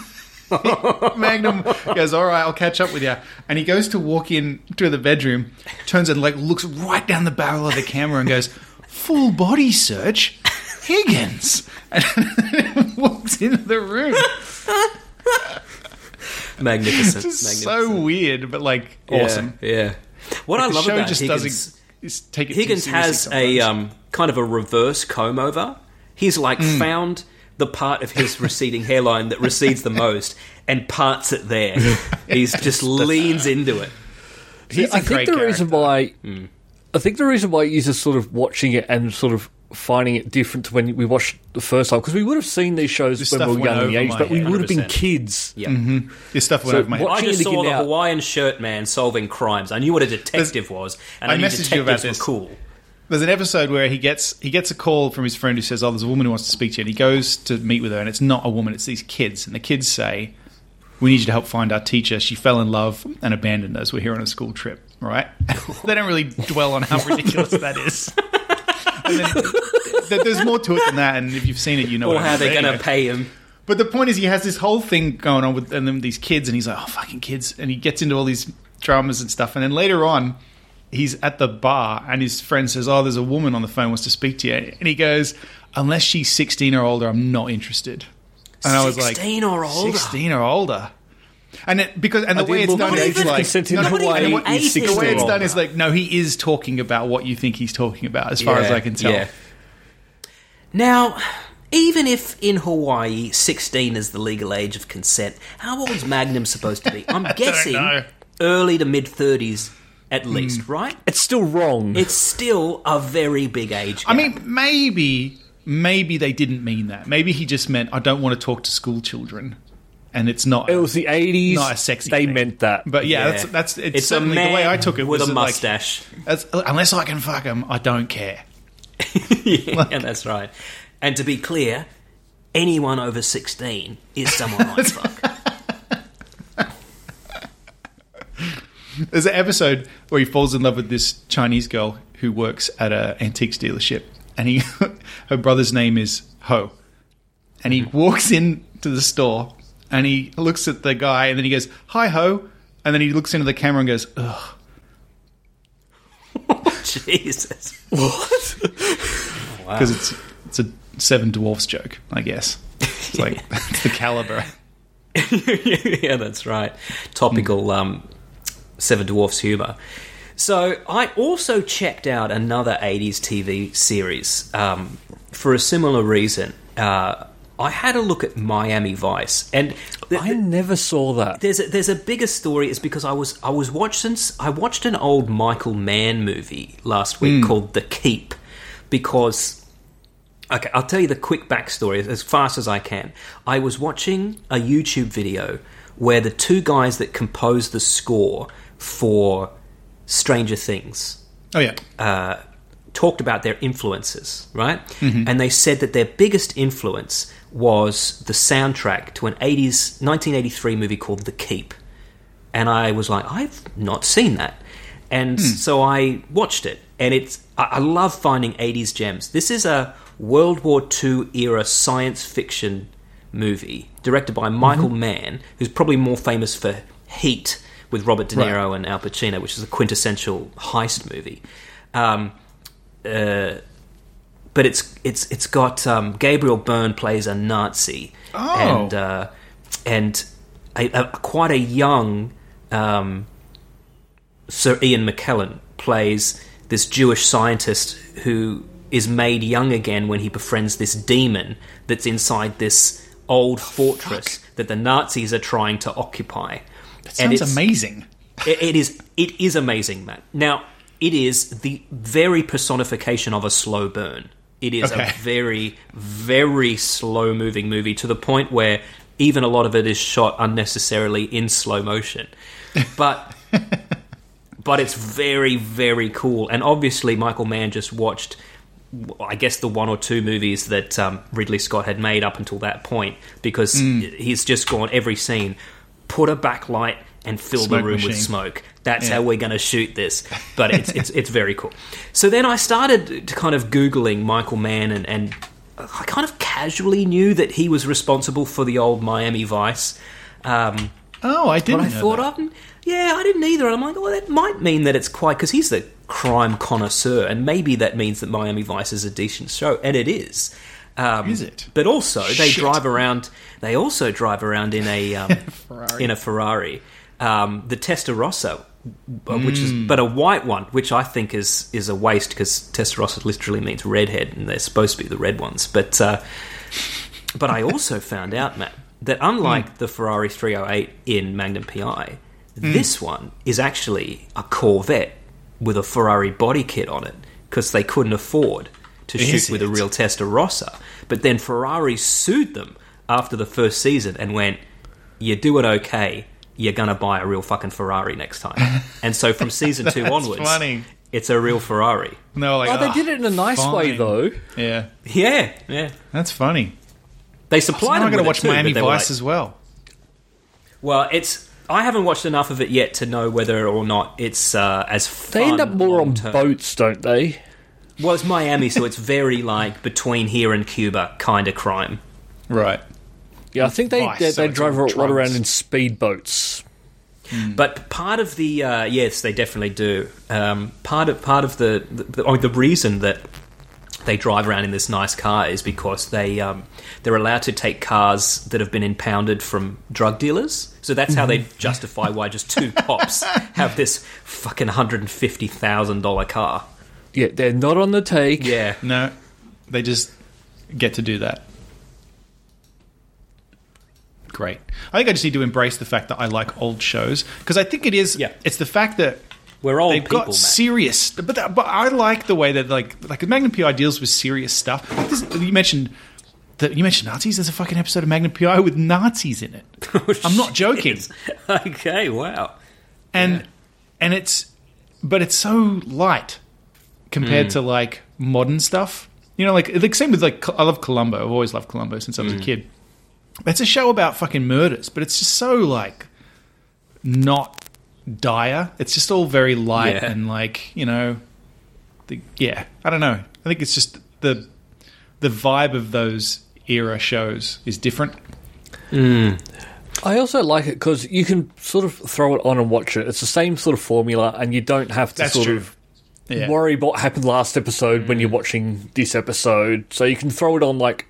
S2: Magnum goes, "All right, I'll catch up with you." And he goes to walk in to the bedroom, turns and like looks right down the barrel of the camera and goes, "Full body search, Higgins," and walks into the room.
S3: Magnificent,
S2: It's so
S3: magnificent.
S2: weird, but like
S3: Yeah,
S2: awesome.
S3: Yeah. What I
S2: The
S3: love
S2: show
S3: about
S2: just
S3: Higgins,
S2: doesn't is- take it. too
S3: Higgins
S2: seriously
S3: has
S2: sometimes.
S3: a
S2: Mm.
S3: um, kind of a reverse comb over. He's like found the part of his receding hairline that recedes the most and parts it there. He's just leans into it.
S2: He's a
S1: I think
S2: great
S1: the reason
S2: character. Hmm.
S1: why I think the reason why he's just sort of watching it and sort of finding it different to when we watched it the first time because we would have seen these shows
S2: This
S1: when
S2: stuff
S1: we were
S2: went
S1: young in the
S2: over
S1: age,
S2: my
S1: but we
S2: head.
S1: would have been
S3: 100%.
S1: kids.
S3: Yeah.
S2: Mm-hmm. this stuff went
S1: So
S2: over my head.
S1: what-
S3: I just
S1: Actually,
S3: saw the
S1: now-
S3: Hawaiian shirt man solving crimes. I knew what a detective was, and I,
S2: I
S3: knew
S2: messaged you about
S3: detectives were
S2: this.
S3: cool.
S2: There's an episode where he gets he gets a call from his friend who says, "Oh, there's a woman who wants to speak to you." And he goes to meet with her, and it's not a woman; it's these kids. And the kids say, "We need you to help find our teacher. She fell in love and abandoned us. We're here on a school trip." Right? they don't really dwell on how ridiculous that is. And then, th- there's more to it than that, and if you've seen it, you know.
S3: Or
S2: what I
S3: how
S2: mean.
S3: they're
S2: But
S3: going to
S2: anyway.
S3: pay him.
S2: But the point is, he has this whole thing going on with and then these kids, and he's like, "Oh, fucking kids!" And he gets into all these dramas and stuff. And then later on, he's at the bar, and his friend says, "Oh, there's a woman on the phone wants to speak to you," and he goes, "Unless she's 16 or older, I'm not interested." And I was like,
S3: 16 or older?
S2: 16 or older." And it, because and the
S1: did
S2: way it's
S1: look
S2: done
S1: at
S2: is
S1: even
S2: like
S1: consent in
S2: no, no,
S1: Hawaii
S2: and
S3: is
S2: what- the way
S3: 16
S2: it's
S3: or
S2: done
S3: older.
S2: is like no, he is talking about what you think he's talking about, as far as I can tell.
S3: yeah. Now, even if in Hawaii 16 is the legal age of consent, how old is Magnum supposed to be? I'm guessing
S2: know. Hmm.
S3: early to mid 30s at least, right?
S1: It's still wrong.
S3: It's still a very big age.
S2: I
S3: gap.
S2: mean, maybe, maybe they didn't mean that. Maybe he just meant I don't want to talk to school children, and it's not.
S1: it was the eighties.
S2: Not a sexy
S1: They
S2: thing.
S1: meant that.
S2: but yeah,
S3: Yeah.
S2: that's that's it's,
S3: It's a
S2: certainly the way
S3: man
S2: I took it
S3: with
S2: was
S3: a
S2: that, like,
S3: mustache.
S2: that's- unless I can fuck him, I don't care.
S3: yeah, that's right. And to be clear, anyone over 16 is someone I'd fuck.
S2: There's an episode where he falls in love with this Chinese girl who works at an antiques dealership, and he, her brother's name is Ho, and
S3: Mm-hmm.
S2: he walks into the store and he looks at the guy and then he goes hi Ho, and then he looks into the camera and goes ugh.
S3: Jesus.
S2: because it's it's a Seven Dwarfs joke, I guess. It's like it's the caliber.
S3: yeah, that's right. Topical um, Seven Dwarfs humor. So I also checked out another 80s TV series um, for a similar reason. Uh, I had a look at Miami Vice, and th-
S1: I never saw that.
S3: there's a, there's a bigger story. Is because I was I was watched since I watched an old Michael Mann movie last week called The Keep, because okay, I'll tell you the quick backstory as- as fast as I can. I was watching a YouTube video where the two guys that composed the score for Stranger Things
S2: Oh yeah,
S3: uh, talked about their influences, right? And they said that their biggest influence was the soundtrack to an 80s 1983 movie called The Keep. And I was like, I've not seen that.
S2: Hmm.
S3: And so I watched it. And it's I, I love finding 80s gems. This is a World War II era science fiction movie directed by
S2: Mm-hmm.
S3: Michael Mann, who's probably more famous for Heat with Robert De
S2: Right.
S3: Niro and Al Pacino, which is a quintessential heist movie. Um, uh, but it's it's it's got um, Gabriel Byrne plays a Nazi,
S2: Oh.
S3: and uh, and a, a, quite a young um, Sir Ian McKellen plays this Jewish scientist who is made young again when he befriends this demon that's inside this
S2: Oh,
S3: old fortress that the Nazis are trying to occupy. That
S2: sounds amazing.
S3: it, it is it is amazing, Matt. Now it is the very personification of a slow burn. It is
S2: Okay.
S3: a very very slow moving movie to the point where even a lot of it is shot unnecessarily in slow motion, but. But it's very, very cool, and obviously Michael Mann just watched, I guess, the one or two movies that um, Ridley Scott had made up until that point, because
S2: Mm.
S3: he's just gone every scene, put a backlight and fill
S2: Smoke
S3: the room with
S2: machine.
S3: smoke smoke. That's
S2: Yeah.
S3: how we're going to shoot this. But it's, it's it's very cool. So then I started to kind of googling Michael Mann, and, and I kind of casually knew that he was responsible for the old Miami Vice. Um,
S2: Oh, I didn't.
S3: but I
S2: know
S3: thought
S2: that.
S3: of, yeah, I didn't either. And I'm like, well, that might mean that it's quite because he's the crime connoisseur, and maybe that means that Miami Vice is a decent show, and it is. Um,
S2: Is it?
S3: But also, they
S2: Shit.
S3: drive around. They also drive around in a um, in a Ferrari, um, the Testarossa, uh, which
S2: Hmm.
S3: is but a white one, which I think is is a waste because Testarossa literally means redhead, and they're supposed to be the red ones. But uh, but I also found out, Matt, that unlike the Ferrari 308 in Magnum PI,
S2: Hmm.
S3: this one is actually a Corvette with a Ferrari body kit on it because they couldn't afford to
S2: Is
S3: shoot with
S2: it?
S3: a real Testarossa. But then Ferrari sued them after the first season and went, "You do it okay." You're gonna buy a real fucking Ferrari next time, and so from season two onwards,
S2: funny.
S3: it's a real Ferrari.
S2: No, like,
S1: Oh, they
S2: "Ah,
S1: did it in a nice way,
S2: fine."
S1: though.
S2: Yeah,
S3: Yeah, yeah.
S2: that's funny.
S3: They
S2: So
S3: supplied.
S2: now
S3: them
S2: I got to
S3: with it
S2: watch
S3: too, but
S2: Miami
S3: they were
S2: Vice
S3: like-
S2: as well.
S3: Well, it's I haven't watched enough of it yet to know whether or not it's uh, as fun.
S1: They end up more on
S3: long-term.
S1: boats, don't they?
S3: Well, it's Miami, so it's very like between here and Cuba kind of crime.
S2: Right.
S1: Yeah, I think they
S2: Vice,
S1: they,
S2: so
S1: they
S2: it's
S1: drive a
S2: all
S1: lot around
S2: drugs.
S1: in speedboats.
S3: But part of the uh, yes, they definitely do. Um, part of part of the the, the, oh, the reason that they drive around in this nice car is because they um, they're allowed to take cars that have been impounded from drug dealers. So that's how
S1: Mm-hmm.
S3: they justify why just two cops have this fucking hundred and fifty thousand dollar car.
S1: Yeah, they're not on the take.
S3: Yeah.
S2: No, they just get to do that. Great. I think I just need to embrace the fact that I like old shows because I think it is.
S3: Yeah.
S2: It's the fact that
S3: We're old
S2: they've
S3: people,
S2: got
S3: Matt.
S2: serious. But that, but I like the way that like like Magnum PI deals with serious stuff. This, you mentioned that you mentioned Nazis. There's a fucking episode of Magnum PI with Nazis in it.
S3: Oh,
S2: I'm not joking.
S3: okay, wow.
S2: And and it's but it's so light compared to like modern stuff. You know, like like same with like I love Columbo. I've always loved Columbo since I was a kid. It's a show about fucking murders, but it's just so like not dire. It's just all very light
S3: Yeah.
S2: and like you know, the, yeah. I don't know. I think it's just the the vibe of those era shows is different.
S1: I also like it because you can sort of throw it on and watch it. It's the same sort of formula, and you don't have to
S2: That's
S1: sort
S2: true.
S1: of
S2: Yeah. Mm.
S1: worry about what happened last episode when you're watching this episode. So you can throw it on like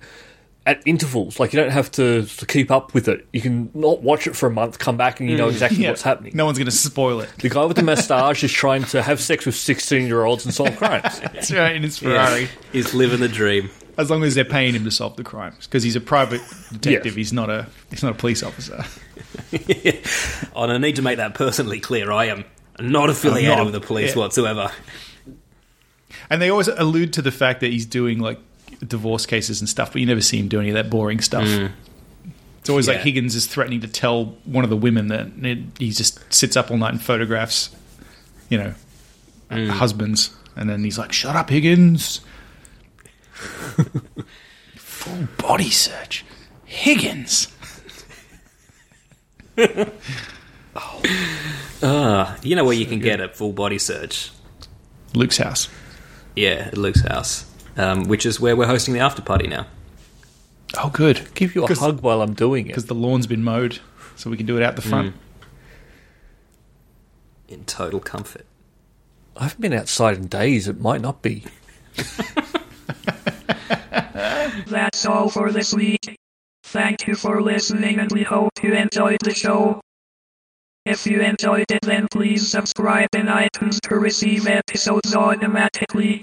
S1: at intervals. Like you don't have to, to keep up with it. You can not watch it for a month, come back, and you know exactly
S2: Mm. Yeah.
S1: what's happening.
S2: No one's going to spoil it.
S1: The guy with the moustache is trying to have sex with sixteen-year-olds and solve crimes.
S2: That's right in his
S3: Yeah.
S2: Ferrari.
S3: He's living the dream.
S2: As long as they're paying him to solve the crimes, because he's a private detective.
S1: Yes.
S2: He's not a he's not a police officer.
S3: And Oh, I need to make that personally clear. I am not affiliated
S2: I'm not-
S3: with the police
S2: yeah.
S3: whatsoever.
S2: And they always allude to the fact that he's doing like divorce cases and stuff, but you never see him do any of that boring stuff.
S1: Mm.
S2: It's always like
S3: Yeah.
S2: Higgins is threatening to tell one of the women that he just sits up all night and photographs, you know,
S1: Mm.
S2: husbands, and then he's like, "Shut up, Higgins." Full body search, Higgins.
S3: You know where you can get a full body search?
S2: Luke's house.
S3: Yeah, at Luke's house, um, which is where we're hosting the after party now.
S2: Oh, good.
S1: Give you a
S2: 'Cause-
S1: hug while I'm doing it.
S2: Because the lawn's been mowed, so we can do it out the front.
S3: In total comfort.
S1: I haven't been outside in days. It might not be.
S5: That's all for this week. Thank you for listening and we hope you enjoyed the show. If you enjoyed it then please subscribe in iTunes to receive episodes automatically.